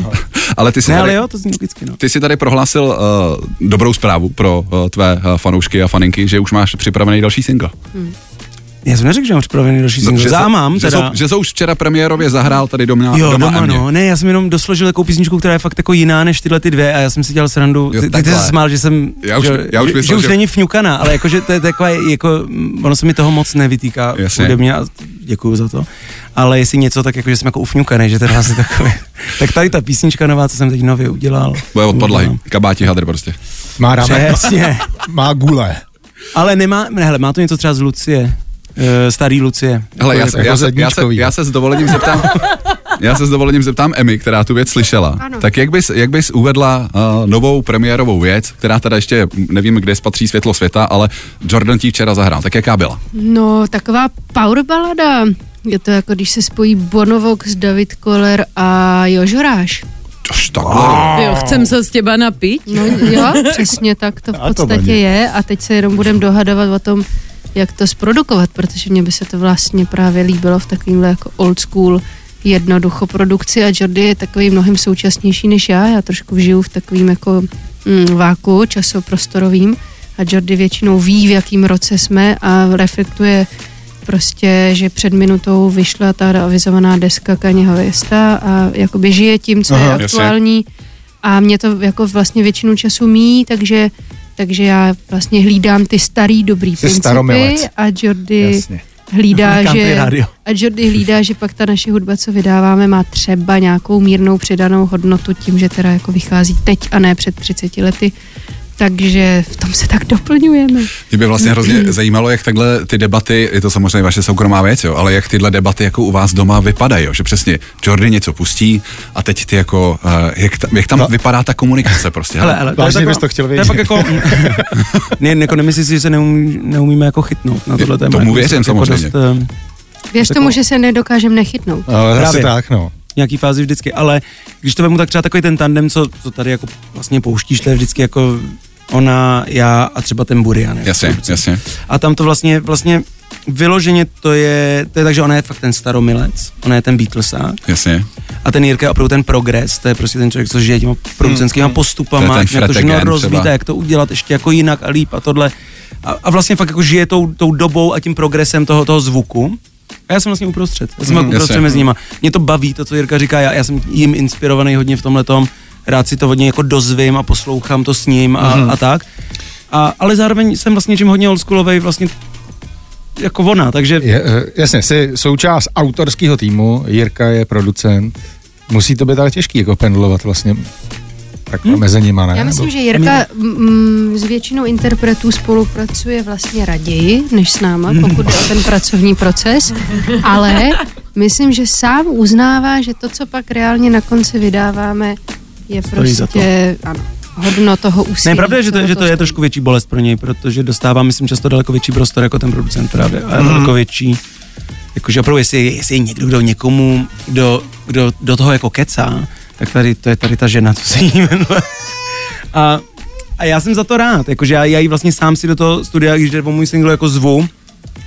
S3: Ale ty jsi
S5: Ne,
S3: tady,
S5: ale jo, to zní logicky, no.
S3: ty jsi tady prohlásil uh, dobrou zprávu pro uh, tvé uh, fanoušky a faninky, že už máš připravený další single.
S5: Já jsem neřekl, že mám připravený další
S3: No,
S5: single.
S3: že,
S5: Já
S3: se-
S5: mám,
S3: že,
S5: teda.
S3: jsou, že jsou už včera premiérově zahrál tady doma,
S5: Jo,
S3: doma,
S5: doma,
S3: a mě.
S5: no. Ne, já jsem jenom dosložil takovou písničku, která je fakt jako jiná než tyhle ty dvě a já jsem si dělal srandu.
S3: Jo,
S5: Ty, ty, ty
S3: takhle.
S5: se smál, že jsem,
S3: Já už-
S5: že,
S3: já už
S5: že, že
S3: myslel,
S5: už
S3: že-
S5: není fňukaná, ale jako, že to je taková, jako, mm, ono se mi toho moc nevytýká
S3: Jasně.
S5: hudebně a děkuju za to. Ale jestli něco, tak jako, že jsem jako ufňukaný, že ten hlas je takový. [LAUGHS] tak tady ta písnička nová, co jsem teď nově udělal.
S3: Bude od podlahy,
S5: udělám.
S3: kabáti hadr prostě.
S6: Má ramen,
S5: Přesně.
S6: má gule.
S5: Ale nemá, ne, hele, má to něco třeba z Lucie. Eh, starý Lucie.
S3: Hele, já,
S5: Jako-
S3: se-
S6: jako
S3: já, se, já, se,
S6: zedničkový.
S3: já se s dovolením zeptám, já se s dovolením zeptám Emmy, která tu věc slyšela.
S4: Ano.
S3: Tak jak bys, jak bys uvedla uh, novou premiérovou věc, která teda ještě mm, nevím, kde spatří světlo světa, ale Jordan ti včera zahrál. Tak jaká byla?
S4: No, taková power balada. Je to jako, když se spojí Bonovox, David Koller a Jožoráš.
S3: Tož takhle.
S5: No.
S7: Jo, chcem se s těba napít.
S4: No jo, přesně tak to v
S6: A to
S4: podstatě
S6: vadí.
S4: je a teď se jenom budeme dohadovat o tom, jak to zprodukovat, protože mně by se to vlastně právě líbilo v takovýmhle jako old school jednoducho produkci a Jordy je takový mnohem současnější než já, já trošku žiju v takovým jako mm, váku časoprostorovým a Jordy většinou ví, v jakým roce jsme a reflektuje prostě, že před minutou vyšla ta avizovaná deska Kaniho Vesta a jakoby žije tím, co
S3: Aha,
S4: Aha, je
S3: jasně.
S4: aktuální a mě to jako vlastně většinu času míjí, takže takže já vlastně hlídám ty starý dobrý
S6: Jsi
S4: principy
S6: staromilec.
S4: a Jordy
S6: Jasně.
S4: hlídá,
S5: Country
S4: že,
S5: radio.
S4: a Jordy hlídá, že pak ta naše hudba, co vydáváme, má třeba nějakou mírnou přidanou hodnotu tím, že teda jako vychází teď a ne před 30 lety. Takže v tom se tak doplňujeme.
S3: Mě by vlastně hrozně zajímalo, jak takhle ty debaty, je to samozřejmě vaše soukromá věc, jo, ale jak tyhle debaty jako u vás doma vypadají, jo, že přesně Jordy něco pustí a teď ty jako, eh, jak, ta, jak tam vypadá ta komunikace prostě.
S5: Hele, hele,
S6: Vážně
S5: tak-
S6: bys to chtěl
S5: To je
S6: vědět.
S5: pak jako, ne, jako nemyslíš si, že se neumí, neumíme jako chytnout na tohle téma.
S3: Tomu
S5: Jako
S3: věřím
S5: jako
S3: samozřejmě.
S5: dost, eh,
S4: Věř
S5: Tak
S4: tomu,
S5: jo.
S4: že se nedokážeme nechytnout.
S6: Ale asi
S5: Právě.
S6: tak, no.
S5: nějaký fázi vždycky, ale když to vemu tak třeba takový ten tandem, co, co tady jako vlastně pouštíš, to je vždycky jako ona, já a třeba ten Burian. jako
S3: Jasně,
S5: produkce.
S3: jasně.
S5: A tam to vlastně, vlastně vyloženě to je, to je tak, že ona je fakt ten staromilec, ona je ten Beatlesák
S3: Jasně.
S5: a ten Jirka je opravdu ten progres, to je prostě ten člověk, co žije těma producentskýma
S3: Hmm, To je
S5: postupama,
S3: ten
S5: jak to
S3: Fretegen
S5: všechno
S3: třeba.
S5: rozvíte, jak to udělat ještě jako jinak a líp a tohle. A, a vlastně fakt jako žije tou, tou dobou a tím progresem toho, toho zvuku. A já jsem vlastně uprostřed, já jsem
S3: Mm,
S5: mm, uprostřed
S3: jasně.
S5: mezi nima. Mě to baví, to, co Jirka říká, já, já jsem jim inspirovaný hodně v tomhle tom, rád si to hodně jako dozvím a poslouchám to s ním a,
S3: Hmm.
S5: mm. a tak. A, ale zároveň jsem vlastně čím hodně oldschoolovej, vlastně jako ona, takže
S6: Je, eh, jasně, jsi součást autorského týmu, Jirka je producent. Musí to být ale těžký, jako pendlovat vlastně tak hmm? mezi nima, ne?
S4: Hm? Já myslím, že Jirka mm, s většinou interpretů spolupracuje vlastně raději než s náma,
S5: Hmm.
S4: pokud jde o ten pracovní proces, ale myslím, že sám uznává, že to, co pak reálně na konci vydáváme, je
S5: Stojí za to.
S4: prostě ano, hodno toho úsilí.
S5: Ne, pravda je, že to,
S4: co
S5: že
S4: do
S5: to
S4: toho
S5: je
S4: stojí.
S5: trošku větší bolest pro něj, protože dostává, myslím, často daleko větší prostor jako ten producent právě. A daleko větší, jakože opravdu, jestli, jestli je někdo, kdo někomu, kdo, kdo do toho jako kecá, tak tady, to je tady ta žena, co se jí jmenuje. A, a já jsem za to rád, jakože já, já ji vlastně sám si do toho studia, když jde o můj single, jako zvu,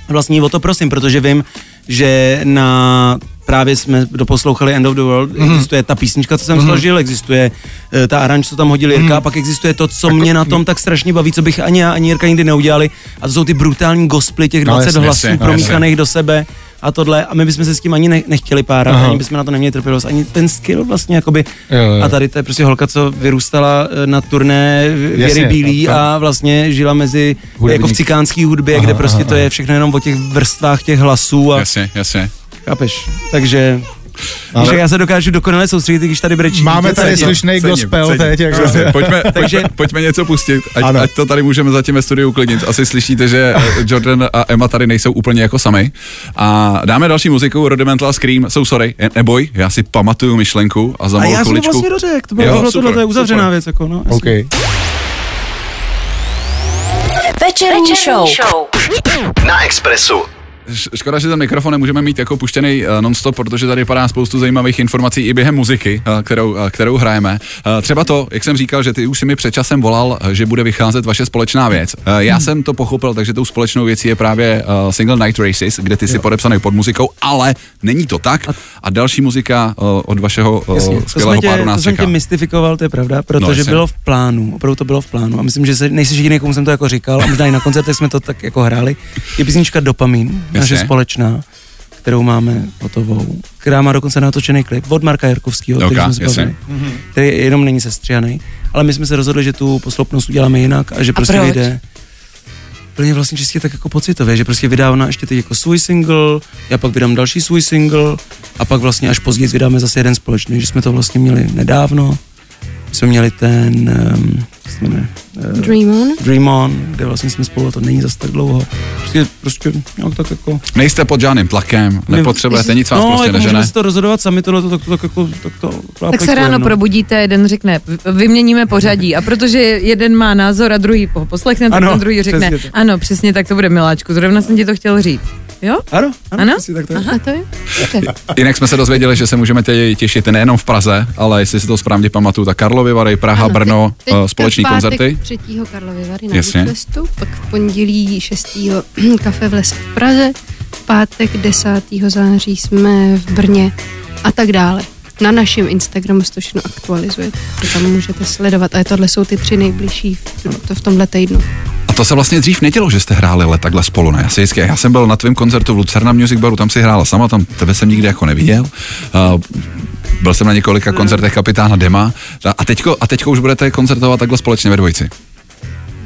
S5: vlastně ji o to prosím, protože vím, že na právě jsme doposlouchali End of the World, mm-hmm. existuje ta písnička, co jsem mm-hmm. složil, existuje eh, ta aranž, co tam hodil Jirka, mm-hmm. a pak existuje to, co mě na tom tak strašně baví, co bych ani já, ani Jirka nikdy neudělali, a to jsou ty brutální gospely těch
S6: No,
S5: 20
S6: jasně,
S5: hlasů
S3: jasně, no,
S5: promíchaných do sebe a tohle, a my bychom se s tím ani ne- nechtěli párat,
S6: Aha.
S5: ani bychom na to neměli trpělivost, ani ten skill vlastně, jakoby,
S6: Jo, jo.
S5: a tady to je prostě holka, co vyrůstala eh, na turné Věry
S6: Jasně,
S5: Jasně, Bílý
S6: tak, tak.
S5: a vlastně žila mezi,
S6: Hudebník.
S5: jako v cikánský hudbě,
S6: Aha,
S5: aha, kde prostě
S6: aha,
S5: aha, to
S6: aha.
S5: je všechno jenom o těch vrstvách těch hlasů a
S3: Jasně, jasně.
S5: chápeš,
S6: Ale-
S5: takže... Ale... Však já se dokážu dokonale soustředit, když tady brečí.
S6: Máme
S5: dítě,
S6: tady
S5: cítím.
S6: slušný gospel teď, jak
S3: Přesně,
S6: se...
S3: No,
S6: [LAUGHS]
S3: pojďme, pojďme,
S5: Takže-
S3: pojďme něco pustit, ať,
S6: Ano.
S3: ať to tady můžeme zatím ve studiu uklidnit. Asi slyšíte, že eh, Jordan a Emma tady nejsou úplně jako sami. A dáme další muziku, Rudimental Scream, jsou sorry, eh, neboj, já si pamatuju myšlenku a za
S5: A
S3: malou
S5: já jsem to
S3: kuličku.
S5: vlastně dořekl, to bylo
S3: Jo,
S5: tohle,
S3: super,
S5: tohle, to je uzavřená
S3: super.
S5: věc, jako no. jasně.
S6: OK.
S2: Večerní show.
S8: Na Expressu.
S3: Š- Škoda, že ten mikrofon nemůžeme mít jako puštěný eh, non-stop, protože tady padá spoustu zajímavých informací i během muziky, eh, kterou, eh, kterou hrajeme. Eh, Třeba to, jak jsem říkal, že ty už si mi před časem volal, eh, že bude vycházet vaše společná věc. Eh, Já
S5: Hmm.
S3: jsem to pochopil, takže tou společnou věcí je právě eh, single Night Races, kde ty si podepsaný pod muzikou, ale není to tak. A další muzika eh, od vašeho eh,
S5: Jasně, to, jsme
S3: skvělého
S5: tě,
S3: páru nás
S5: to jsem
S3: čeká.
S5: tě mystifikoval, to je pravda, protože
S3: jasně.
S5: no, bylo v plánu, opravdu to bylo v plánu a myslím, že se, nejsi jediný, komu jsem to jako říkal a možná i na koncertech jsme to tak jako hráli, je písnička Dopamin, naše
S3: Jasně.
S5: společná, kterou máme hotovou, která má dokonce natočený klip od Marka Jarkovského, který
S3: Ok,
S5: jsme se
S3: jasně.
S5: bavili, který Mm-hmm. jenom není sestřihaný, ale my jsme se rozhodli, že tu posloupnost uděláme jinak a že prostě
S7: proč?
S5: vyjde plně vlastně čistě tak jako pocitově, že prostě vydá ona ještě teď jako svůj single, já pak vydám další svůj single a pak vlastně až později vydáme zase jeden společný, že jsme to vlastně měli nedávno, My jsme měli ten, um, jak se jmenuje, eh,
S4: Dream on.
S5: Dream On, kde vlastně jsme spolu, a to není zas tak dlouho. Prostě, prostě nějak tak jako...
S3: Nejste pod žádným tlakem, nepotřebujete, nic vás
S5: no,
S3: prostě
S5: jako
S3: nežene.
S5: můžeme si to rozhodovat sami, tohle to tak, tak jako... Tak, to,
S7: Tak se
S5: no.
S7: ráno probudíte, jeden řekne, "V- vyměníme pořadí. A protože jeden má názor a druhý ho poslechne, tak
S5: Ano,
S7: ten druhý řekne,
S5: přesně tak.
S7: ano, přesně tak to bude, miláčku, zrovna jsem ti to chtěl říct. Jo?
S5: Ano, ano,
S7: Ano?
S5: ano? tak to je.
S4: A to je?
S3: Jinak jsme se dozvěděli, že se můžeme tě- těšit nejenom v Praze, ale jestli si to správně pamatuju, tak Karlovy Vary, Praha,
S4: Ano,
S3: Brno,
S4: teď-
S3: eh,
S4: teď
S3: společní
S4: v pátek
S3: koncerty.
S4: 3. Karlovy Vary na
S3: Jasně.
S4: Budapestu, pak v pondělí 6. [CLEARS THROAT] kafe v lese v Praze, v pátek 10. září jsme v Brně a tak dále. Na našem Instagramu se to všechno aktualizuje, to tam můžete sledovat. A tohle jsou ty tři nejbližší v, to v no, tomhle týdnu.
S3: A to se vlastně dřív nedělo, že jste hráli ale takhle spolu, ne? Já, si vždycky, já jsem byl na tvém koncertu v Lucerna Music Baru, tam si hrála sama, tam tebe jsem nikdy jako neviděl. Uh, byl jsem na několika koncertech kapitána Dema a teďko, a teďko už budete koncertovat takhle společně ve dvojici.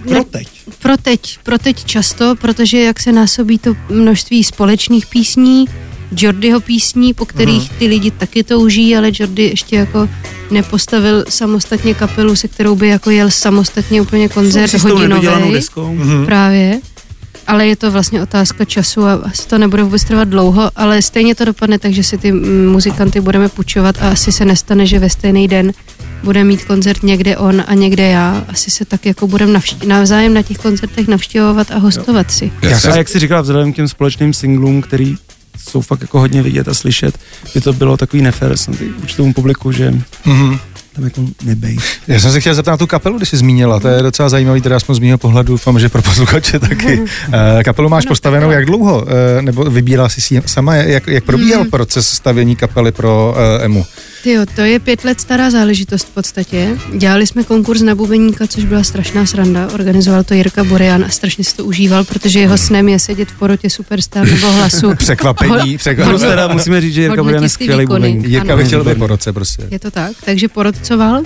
S5: Pro
S4: No,
S5: teď.
S4: Pro teď, pro teď často, protože jak se násobí to množství společných písní, Jordyho písní, po kterých
S5: Mhm.
S4: ty lidi taky touží, ale Jordy ještě jako nepostavil samostatně kapelu, se kterou by jako jel samostatně úplně koncert
S5: S tou nedodělanou
S4: hodinový.
S5: deskou.
S4: Právě. Ale je to vlastně otázka času a asi to nebude vůbec trvat dlouho, ale stejně to dopadne tak, že si ty mm, muzikanty budeme půjčovat a asi se nestane, že ve stejný den bude mít koncert někde on a někde já. Asi se tak jako budeme navš- navzájem na těch koncertech navštěvovat a hostovat si.
S5: Já jsem... A jak si říkala, vzhledem k těm společným singlům, který jsou fakt jako hodně vidět a slyšet, by to bylo takový nefér snad i vůči tomu publiku, že
S6: Mm-hmm.
S5: tam jako [LAUGHS] nebej.
S6: Já jsem se chtěl zeptat na tu kapelu, když jsi zmínila.
S4: Mhm.
S6: To je docela zajímavý, teda aspoň z mého pohledu, doufám, že pro posluchače taky.
S4: Mhm.
S6: Eh, Kapelu máš
S4: Ano,
S6: postavenou
S4: kapela.
S6: jak dlouho? Eh, Nebo vybírala jsi si ji sama? Jak,
S4: Mhm.
S6: jak probíhal proces stavění kapely pro eh, EMU?
S4: Tyjo, to je pět let stará záležitost v podstatě. Dělali jsme konkurs na bubeníka, což byla strašná sranda. Organizoval to Jirka Borean a strašně si to užíval, protože jeho snem je sedět v porotě Superstar nebo hlasu.
S6: [LAUGHS] Překvapení,
S5: Plus
S6: překvapení.
S5: teda musíme říct, že Jirka
S4: Hodnotí
S5: bude
S4: ty
S5: skvělý
S4: výkony.
S5: bubeník.
S6: Jirka
S4: Ano.
S6: by chtěl být po roce prostě.
S4: Je to tak, takže porodcoval.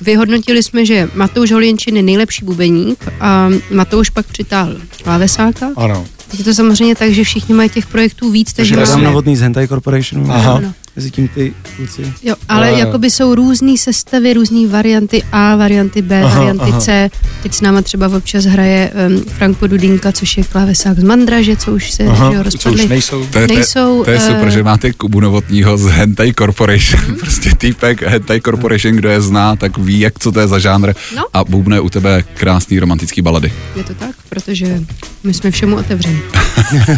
S4: Vyhodnotili jsme, že Matouš Holienčin je nejlepší bubeník a Matouš pak přitáhl klávesáka.
S6: Ano.
S4: Teď je to samozřejmě tak, že všichni mají těch projektů víc, takže
S5: Takže no. tam
S4: máme-
S5: na vodný z Hentai Corporationu.
S6: Aha.
S4: Ano.
S5: Mezi tím ty kluci.
S4: Jo, ale
S6: Jo, jo.
S4: jakoby jsou různé sestavy, různé varianty A, varianty B,
S6: Aha,
S4: aha, varianty
S6: aha.
S4: aha. C. Teď s náma třeba občas hraje um, Franko Dudinka, což je klávesák z Mandraže, co už se
S6: Aha,
S4: že jo,
S6: co už
S4: rozpadli.
S6: nejsou.
S3: To je,
S4: Nejsou,
S3: to je, to je
S4: eh, Mhm.
S3: super, že máte Kubu Novotního z Hentai Corporation. Prostě týpek Hentai Corporation, kdo je zná, tak ví, jak co to je za žánr.
S4: No.
S3: A bubne u tebe krásný romantický balady.
S4: Je to tak, protože my jsme všemu otevřeni.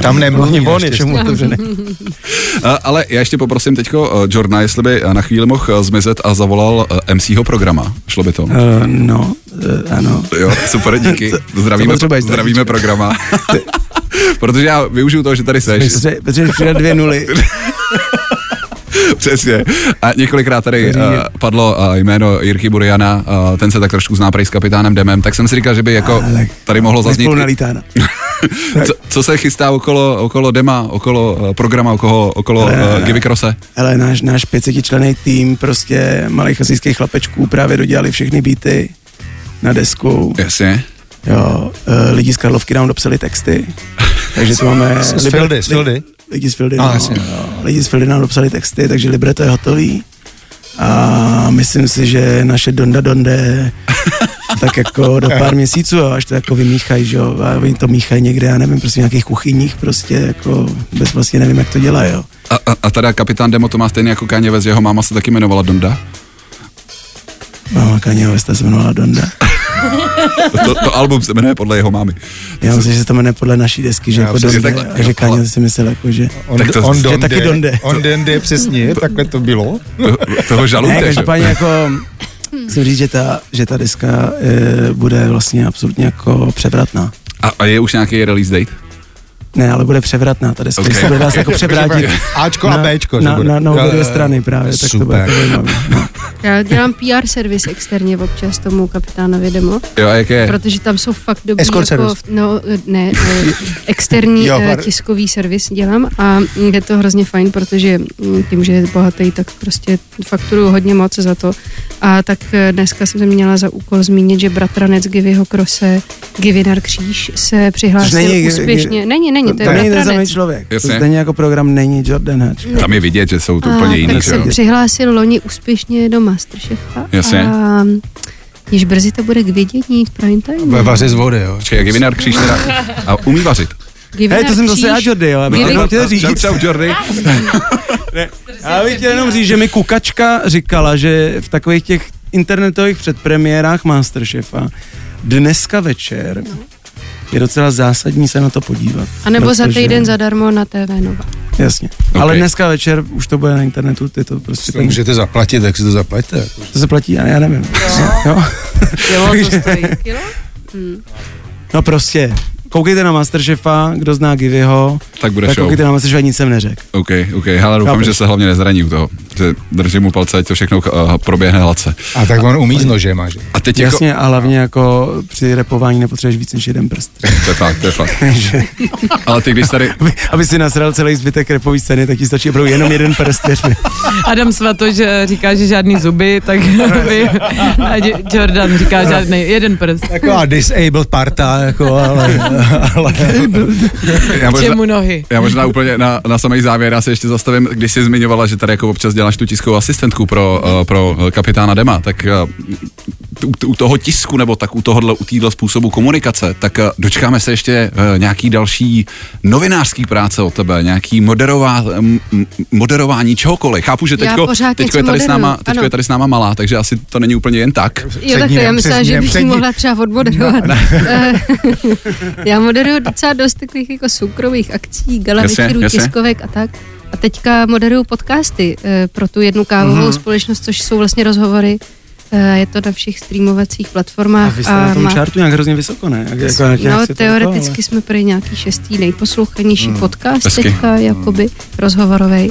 S6: Tam nemluví.
S5: Hlavně on je
S6: naštěstí.
S5: čemu otevřený. [LAUGHS]
S3: A, Eh, ale já ještě poprosím teďko eh, Jordana, jestli by eh, na chvíli mohl eh, zmizet a zavolal eh, MCho programa. Šlo by to?
S5: Eh, No, eh, ano.
S3: Jo, super,
S5: [LAUGHS]
S3: díky. Zdravíme,
S5: potřebuješ,
S3: zdravíme programa. [LAUGHS] Protože já využiju toho, že tady seš.
S5: Protože- Protože včera dvě [LAUGHS] nuly.
S3: Přesně. A několikrát tady uh, padlo uh, jméno Jirky Buriana, uh, ten se tak trošku zná prej s kapitánem Demem, tak jsem si říkal, že by jako
S5: Ale-
S3: tady mohlo zaznít.
S5: Spolu nalítána.
S3: Co, co se chystá okolo, okolo Dema, okolo uh, programa, okolo, okolo uh, Givy Krose?
S5: Ale náš, náš 500 člený tým prostě malých asijských chlapečků právě dodělali všechny beaty na desku.
S3: Jasně.
S5: Jo, eh, lidi z Karlovky nám dopsali texty. Takže to máme...
S6: Z
S5: libret-
S6: Fildy, z Fildy.
S5: Lidi z Fildy,
S6: A,
S5: no,
S6: jasně.
S5: jo, lidi z Fildy nám dopsali texty, takže libreto je hotový. A myslím si, že naše
S6: [LAUGHS]
S5: Donda Donde tak jako do pár měsíců, jo, až to jako vymíchají, že jo, a oni to míchají někde, já nevím, prostě v nějakých kuchyních, prostě jako bez vlastně nevím, jak to dělají, jo.
S3: A, a, a teda kapitán Demo to má stejně jako Kanye West, jeho máma se taky jmenovala Donda.
S5: Máma Kanye Westa se jmenovala Donda.
S3: To, to, to album se jmenuje podle jeho mámy.
S5: Já myslím, že se to jmenuje podle naší desky, že
S6: Já
S5: jako
S6: myslím, že
S5: Donde,
S3: takhle.
S5: a že Kanye si myslel jako, že...
S6: On,
S3: Tak to-
S6: on
S3: že
S6: donde,
S5: taky donde.
S6: On donde, přesně, takhle to bylo.
S3: To, toho
S5: Ne,
S3: žalujte, že?
S5: každopádně jako... Musím říct, že ta, že ta deska e, bude vlastně absolutně jako převratná.
S3: A, a je už nějaký release date?
S5: Ne, ale bude převratná ta deska,
S3: Okay.
S5: okay. se bude
S6: [LAUGHS]
S5: dá se jako převrátit
S6: Ačko Jako a
S5: na,
S6: Bčko, že
S5: na,
S6: bude.
S5: na, na obě
S6: Jo,
S5: dvě
S6: jo,
S5: strany právě, tak to bude
S6: Super.
S5: jako zajímavé. No.
S4: Já dělám PR servis externě občas tomu kapitánovi Demo,
S3: Jo, a jak je?
S4: protože tam jsou fakt dobrý
S6: Escort
S4: jako,
S6: service.
S4: no, ne, eh, externí
S6: Jo,
S4: jo,
S6: pardon.
S4: tiskový servis dělám a je to hrozně fajn, protože mm, tím, že je bohatý, tak prostě fakturuju hodně moc za to. A tak eh, dneska jsem měla za úkol zmínit, že bratranec Givyho Krose, Givinar Kříž, se
S5: No, Což
S4: přihlásil
S5: není-
S4: úspěšně. Není, není, to je
S5: To není neznámý
S4: bratranec.
S5: člověk, to
S3: Jasně.
S5: stejně jako program není Jordan Hatch.
S3: Tam je vidět, že jsou to
S4: A
S3: úplně jiný,
S4: tak
S3: že jo?
S4: se přihlásil loni úspěšně do Masterchefa.
S3: Jasně.
S4: A již brzy to bude k vidění v prime
S6: Ve
S4: time.
S6: vaře z vody, jo.
S3: Počkej, jak je vinár kříž teda? A umí vařit?
S5: Hej, to jsem zase já, Jordy, jo, já bych
S4: Kdyby-
S5: jenom chtěl
S3: Čau,
S5: říct.
S3: čau, Jordy.
S5: Já bych chtěl jenom říct, že mi kukačka říkala, že v takových těch internetových předpremiérách Masterchefa dneska večer je docela zásadní se na to podívat.
S4: A nebo za
S5: protože-
S4: týden zadarmo na TV Nova.
S5: Jasně.
S3: Ok.
S5: Okay. Ale dneska večer už to bude na internetu, ty to prostě
S6: To
S5: ten,
S6: můžete zaplatit, tak si to zaplaťte.
S5: to se platí, já, já nevím. Jo.
S7: Kilo to stojí. Kilo?
S5: No prostě, koukejte na Masterchefa, kdo zná Giviho,
S3: Tak bude
S5: tak
S3: show.
S5: koukejte na Masterchefa, nic jsem neřekl.
S3: OK, OK, ale doufám,
S5: Chápeš.
S3: že se hlavně nezraní u toho. že držím mu palce, ať to všechno uh, proběhne hladce.
S6: A tak on umí s nožema, že?
S3: A teď
S5: Jasně, a hlavně jako při repování nepotřebuješ víc než jeden prst. [LAUGHS]
S3: jako, [LAUGHS] to je fakt, to je fakt.
S5: Takže,
S3: Ale ty, když
S5: [LAUGHS]
S3: tady,
S5: aby, aby si nasral celý zbytek repový scény, tak ti stačí opravdu jenom jeden prst, věř mi.
S7: Adam Svatoš eh, říká, že žádný zuby, tak [LAUGHS] vy, a J- Jordan říká žádný, jeden prst.
S6: Taková disabled parta, jako, ale, ale
S3: já
S7: K
S3: možná,
S7: Čemu nohy?
S3: já možná úplně na, na samý závěr, já se ještě zastavím, když jsi zmiňovala, že tady jako občas děláš tu tiskovou asistentku pro,
S7: Mhm.
S3: uh, pro eh, kapitána Dema, tak uh, u, u toho tisku nebo tak u tohohle, u týhle způsobu komunikace, tak uh, dočkáme se ještě uh, nějaký další novinářský práce od tebe, nějaký moderová, m, m- moderování čehokoliv. Chápu, že
S4: Já
S3: teďko,
S4: pořád
S3: teďko, je,
S4: něco
S3: tady s náma,
S4: moderuju,
S3: teďko
S4: ano.
S3: je tady s náma malá, takže asi to není úplně jen tak.
S4: Jo, tak já myslela, že bych ji mohla třeba odmoderovat.
S3: No,
S4: Eh, [LAUGHS] já moderuju docela dost takových jako soukromých akcí, gala
S3: Jasně,
S4: večerů,
S3: jasně.
S4: tiskovek a tak. A teďka moderuju podcasty eh, pro tu jednu kávovou
S3: Mhm.
S4: mm-hmm. společnost, což jsou vlastně rozhovory. Eh, je to na všech streamovacích
S5: A
S4: platformách.
S5: vy jste na tom
S4: má-
S5: čártu nějak hrozně vysoko, ne? Jak, jako, jak
S4: No,
S5: nechci to
S4: teoreticky
S5: jako,
S4: jsme prý nějaký šestý nejposlouchanější hmm. podcast
S3: Hezky.
S4: teďka, jakoby rozhovorový.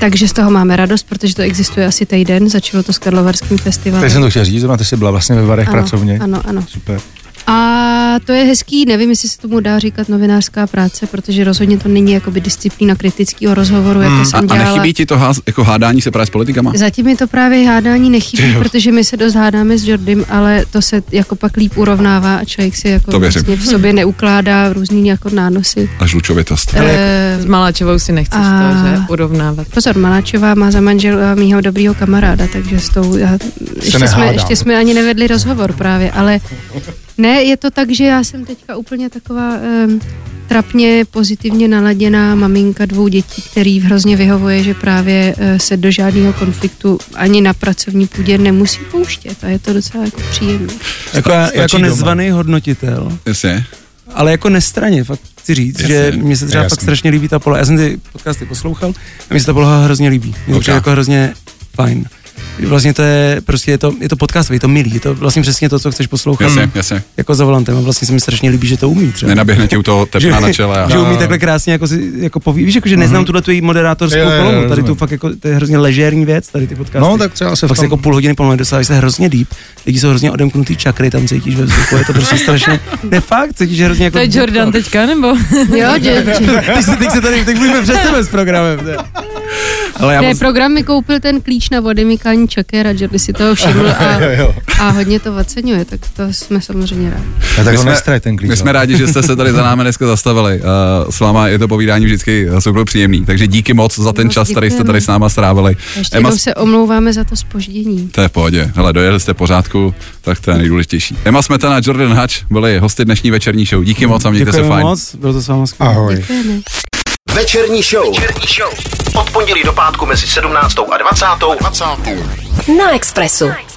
S4: Takže z toho máme radost, protože to existuje asi týden, začalo to s Karlovarským festivalem.
S6: Tady jsem to chtěl říct, zrovna ty jsi byla vlastně ve varech
S4: ano,
S6: pracovně.
S4: Ano, ano.
S6: Super.
S4: A to je hezký, nevím, jestli se tomu dá říkat novinářská práce, protože rozhodně to není jakoby disciplína kritického rozhovoru, jako
S3: A,
S4: jsem
S3: Hmm. a
S4: dělala.
S3: nechybí ti to ház, jako hádání se právě s politikama?
S4: Zatím mi to právě hádání nechybí, protože my se dost hádáme s Jordym, ale to se jako pak líp urovnává a člověk si jako
S3: To věřím.
S4: vlastně v sobě neukládá různý jako nánosy.
S3: A žlučovitost.
S4: Eh,
S7: S Maláčovou si nechceš
S4: A-
S7: to, že urovnávat.
S4: Pozor, Maláčová má za manžela mýho dobrýho kamaráda, takže s tou... Já, ještě, jsme,
S6: nehádám.
S4: ještě jsme ani nevedli rozhovor právě, ale ne, je to tak, že já jsem teďka úplně taková um, trapně pozitivně naladěná maminka dvou dětí, který hrozně vyhovuje, že právě eh, se do žádného konfliktu ani na pracovní půdě nemusí pouštět a je to docela jako příjemné.
S5: jako,
S6: Stačí
S5: jako
S6: doma.
S5: nezvaný hodnotitel,
S3: Jasně.
S5: ale jako nestraně, fakt chci říct,
S3: Jasně.
S5: že mě se třeba
S6: Jasně.
S5: fakt strašně líbí ta poloha. Já jsem ty podcasty poslouchal a mě se ta poloha hrozně líbí. Mě to
S3: Ok.
S5: přijde jako hrozně fajn. Vlastně to je prostě, je to, je to podcastový, je to milý, je to vlastně přesně to, co chceš poslouchat.
S3: Jasně,
S7: Hmm.
S3: jasně.
S5: Jako za volantem a vlastně se mi strašně líbí, že to umí třeba.
S3: Nenaběhne ti u toho tepna na čele. A...
S5: že umí takhle krásně jako, si, jako poví, víš, jako, že neznám tuhle tvoji moderátorskou
S6: Mhm. Jo, jo, jo,
S5: kolonu, tady tu
S6: rozumím.
S5: fakt jako, to je hrozně ležérní věc, tady ty podcasty.
S6: No, tak třeba se
S5: Fakt
S6: v
S5: se
S6: tom...
S5: jako půl hodiny pomalu dostáváš se hrozně deep, lidi jsou hrozně odemknutý čakry, tam cítíš ve vzduchu, je to
S6: [LAUGHS]
S5: prostě strašně, ne fakt, cítíš že hrozně jako...
S7: To je Jordan teďka, nebo?
S4: [LAUGHS] Jo, že,
S5: Teď se, teď se tady, teď mluvíme přes sebe s programem. to je-
S3: Ale já
S4: ne,
S3: moc...
S4: program mi koupil ten klíč na odemykání čaker a Jordy si toho všiml
S3: [LAUGHS]
S4: a, a hodně to oceňuje, tak to jsme samozřejmě rádi.
S6: Ne, tak
S3: My
S6: ho
S3: jsme-
S6: nestraj ten klíč.
S3: My jsme
S6: no.
S3: rádi, že jste se tady za námi dneska zastavili. Eh, S váma je to povídání vždycky eh, super příjemný. Takže díky moc za ten
S4: Moc
S3: čas, který jste
S4: děkujeme.
S3: tady s náma strávili.
S4: Ještě
S3: Emma,
S4: jednou se omlouváme za to spoždění.
S3: to je v pohodě. Hele, dojeli jste pořádku, tak to je nejdůležitější. Emma Smetana a Jordan Hutch byli hosty dnešní večerní show. Díky moc a mějte se
S5: Děkujeme
S3: fajn.
S5: moc, bylo to s vámi skvělé.
S6: Ahoj.
S4: Děkujeme.
S8: Večerní show. Večerní show. Od pondělí do pátku mezi 17. a 20. 20.
S2: Na Expressu.